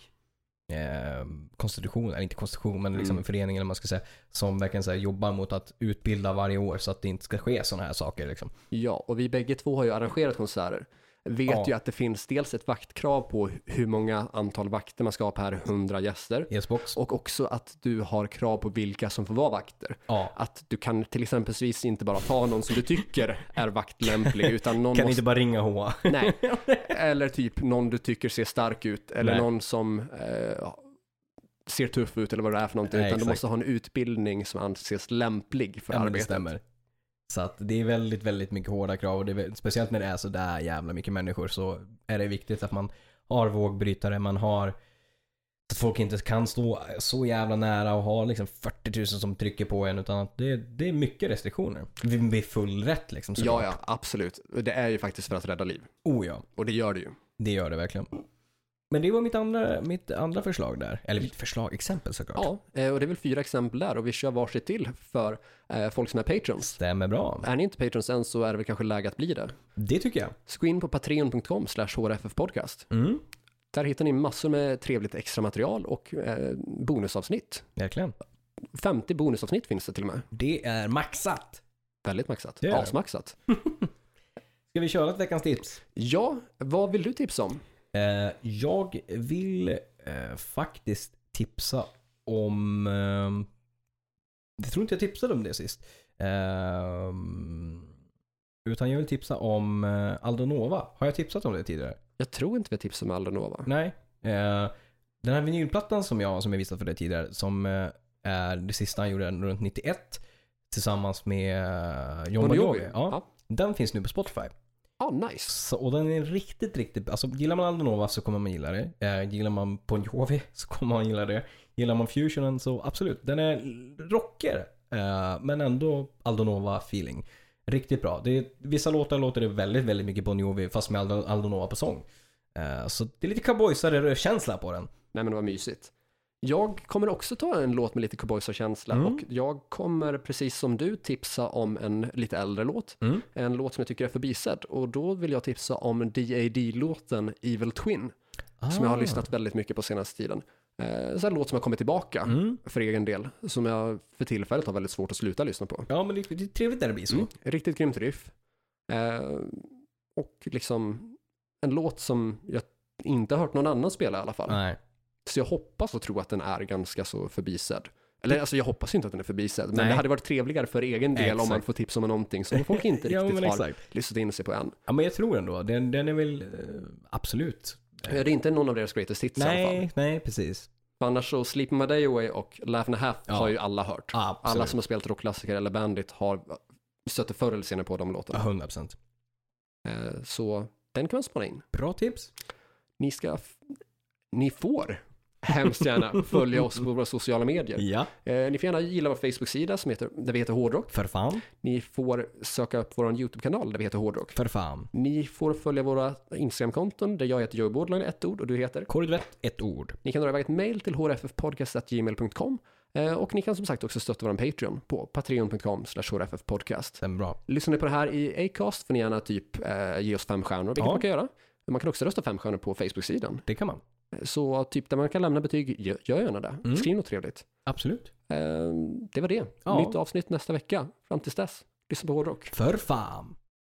B: eh, konstitution, eller inte konstitution men liksom
A: Mm.
B: en förening eller vad man ska säga. Som verkligen så här, jobbar mot att utbilda varje år så att det inte ska ske sådana här saker. Liksom.
A: Ja, och vi bägge två har ju arrangerat konserter. Vet
B: Ja.
A: ju att det finns dels ett vaktkrav på hur många antal vakter man ska ha per 100 gäster.
B: Esbox.
A: Och också att du har krav på vilka som får vara vakter.
B: Ja.
A: Att du kan till exempelvis inte bara ta någon som du tycker är vaktlämplig, utan någon
B: Kan
A: måste...
B: inte bara ringa HA?
A: Nej. Eller typ någon du tycker ser stark ut, eller
B: Nej.
A: någon som eh, ser tuff ut eller vad det är för någonting.
B: Nej,
A: utan du
B: exakt.
A: måste ha en utbildning som anses lämplig för
B: Ja, men det
A: arbetet.
B: stämmer. Så att det är väldigt, väldigt mycket hårda krav och det är, väl- speciellt när det är så där jävla mycket människor så är det viktigt att man har vågbrytare, man har så att folk inte kan stå så jävla nära och ha liksom 40 000 som trycker på en utan att det, det är mycket restriktioner. Vi vi är full rätt liksom.
A: Ja, ja, absolut. Det är ju faktiskt för att rädda liv.
B: Oh ja,
A: Och det gör det ju.
B: det gör det verkligen. Men det var mitt andra, mitt andra förslag där. Eller mitt förslag, exempel såklart.
A: Ja, eh, och det är väl fyra exempel där och vi kör varsitt till för eh, folk som är patrons.
B: Stämmer bra.
A: Är ni inte patrons än så är det väl kanske läge att bli det.
B: Det tycker jag.
A: Så gå in på patreon.com slash hrffpodcast.
B: Mm,
A: Där hittar ni massor med trevligt extra material och eh, bonusavsnitt.
B: verkligen.
A: 50 bonusavsnitt finns det till och med.
B: Det är maxat.
A: Väldigt maxat.
B: Det är det.
A: Asmaxat.
B: Ska vi köra ett veckans tips?
A: Ja, vad vill du tipsa om?
B: Eh, jag vill eh, faktiskt tipsa om... ehm, jag tror inte jag tipsade om det sist. Ehm, utan jag vill tipsa om eh, Aldonova. Har jag tipsat om det tidigare?
A: Jag tror inte vi har tips om Aldonova.
B: Nej. Eh, den här vinylplattan som jag, som jag visat för dig tidigare, som eh, är det sista han gjorde runt 91 tillsammans med eh, John Bon Jovi. Ja,
A: Ja.
B: den finns nu på Spotify.
A: ja, nice.
B: Så, och den är riktigt, riktigt... Alltså gillar man Aldonova så kommer man gilla det. Eh, gillar man Bon Jovi så kommer man gilla det. Gillar man fusionen så absolut. Den är rocker. Eh, men ändå Aldonova-feeling. Riktigt bra. Det är, vissa låtar låter det väldigt, väldigt mycket Bon Jovi fast med Aldo- Aldonova på sång. Eh, så det är lite cowboysare-känsla på den.
A: Nej men vad mysigt. Jag kommer också ta en låt med lite cowboysar-känsla
B: Mm.
A: och jag kommer precis som du tipsa om en lite äldre låt.
B: Mm.
A: En låt som jag tycker är förbisedd och då vill jag tipsa om DAD-låten Evil Twin som
B: Ah.
A: jag har lyssnat väldigt mycket på senaste tiden. Eh, så en låt som har kommit tillbaka
B: Mm.
A: för egen del som jag för tillfället har väldigt svårt att sluta lyssna på.
B: Ja, men det, det är trevligt när det blir så.
A: Mm. Riktigt grymt riff. Eh, och liksom en låt som jag inte har hört någon annan spela i alla fall.
B: Nej.
A: Så jag hoppas och tror att den är ganska så förbisedd. Eller alltså jag hoppas inte att den är förbisedd, men
B: Nej.
A: det hade varit trevligare för egen del om man
B: Exakt.
A: får tips om någonting som folk inte
B: ja,
A: riktigt
B: men
A: har
B: exakt.
A: lyssnat in sig på än.
B: Ja, men jag tror ändå. Den, den är väl... eh, absolut.
A: Det är inte någon av deras greatest hits i alla fall.
B: Nej, nej, precis.
A: För annars så Sleeping My Day Away och Laugh and a Half
B: Ja.
A: har ju alla hört.
B: Absolut.
A: Alla som har spelat rockklassiker eller bandit har stött förr eller senare på de låtarna.
B: 100%.
A: Eh, Så den kan man spana in.
B: Bra tips.
A: Ni ska, f- ni får hemskt gärna följa oss på våra sociala medier.
B: Ja,
A: Eh, Ni får gärna gilla vår Facebook-sida som heter, där vi heter Hårdrock.
B: för fan.
A: Ni får söka upp vår YouTube-kanal där vi heter Hårdrock.
B: För fan.
A: Ni får följa våra Instagram-konton där jag heter Joey Bordline, ett ord, och du heter.
B: Korridvett, ett ord.
A: Ni kan dra iväg ett mail till hrffpodcast.gmail.com eh, och ni kan som sagt också stötta vår Patreon på patreon.com hrffpodcast.
B: Stämmer bra.
A: Lyssnar ni på det här i Acast får ni gärna typ eh, ge oss fem stjärnor, vilket
B: Ja.
A: man kan göra. Men Man kan också rösta fem stjärnor på Facebook-sidan.
B: Det kan man.
A: Så typ där man kan lämna betyg, gör, gör gärna det.
B: Mm.
A: Skriv något trevligt.
B: Absolut.
A: Eh, det var det.
B: Ja.
A: Nytt avsnitt nästa vecka. Fram tills dess, lyssna på hårdrock.
B: För fan.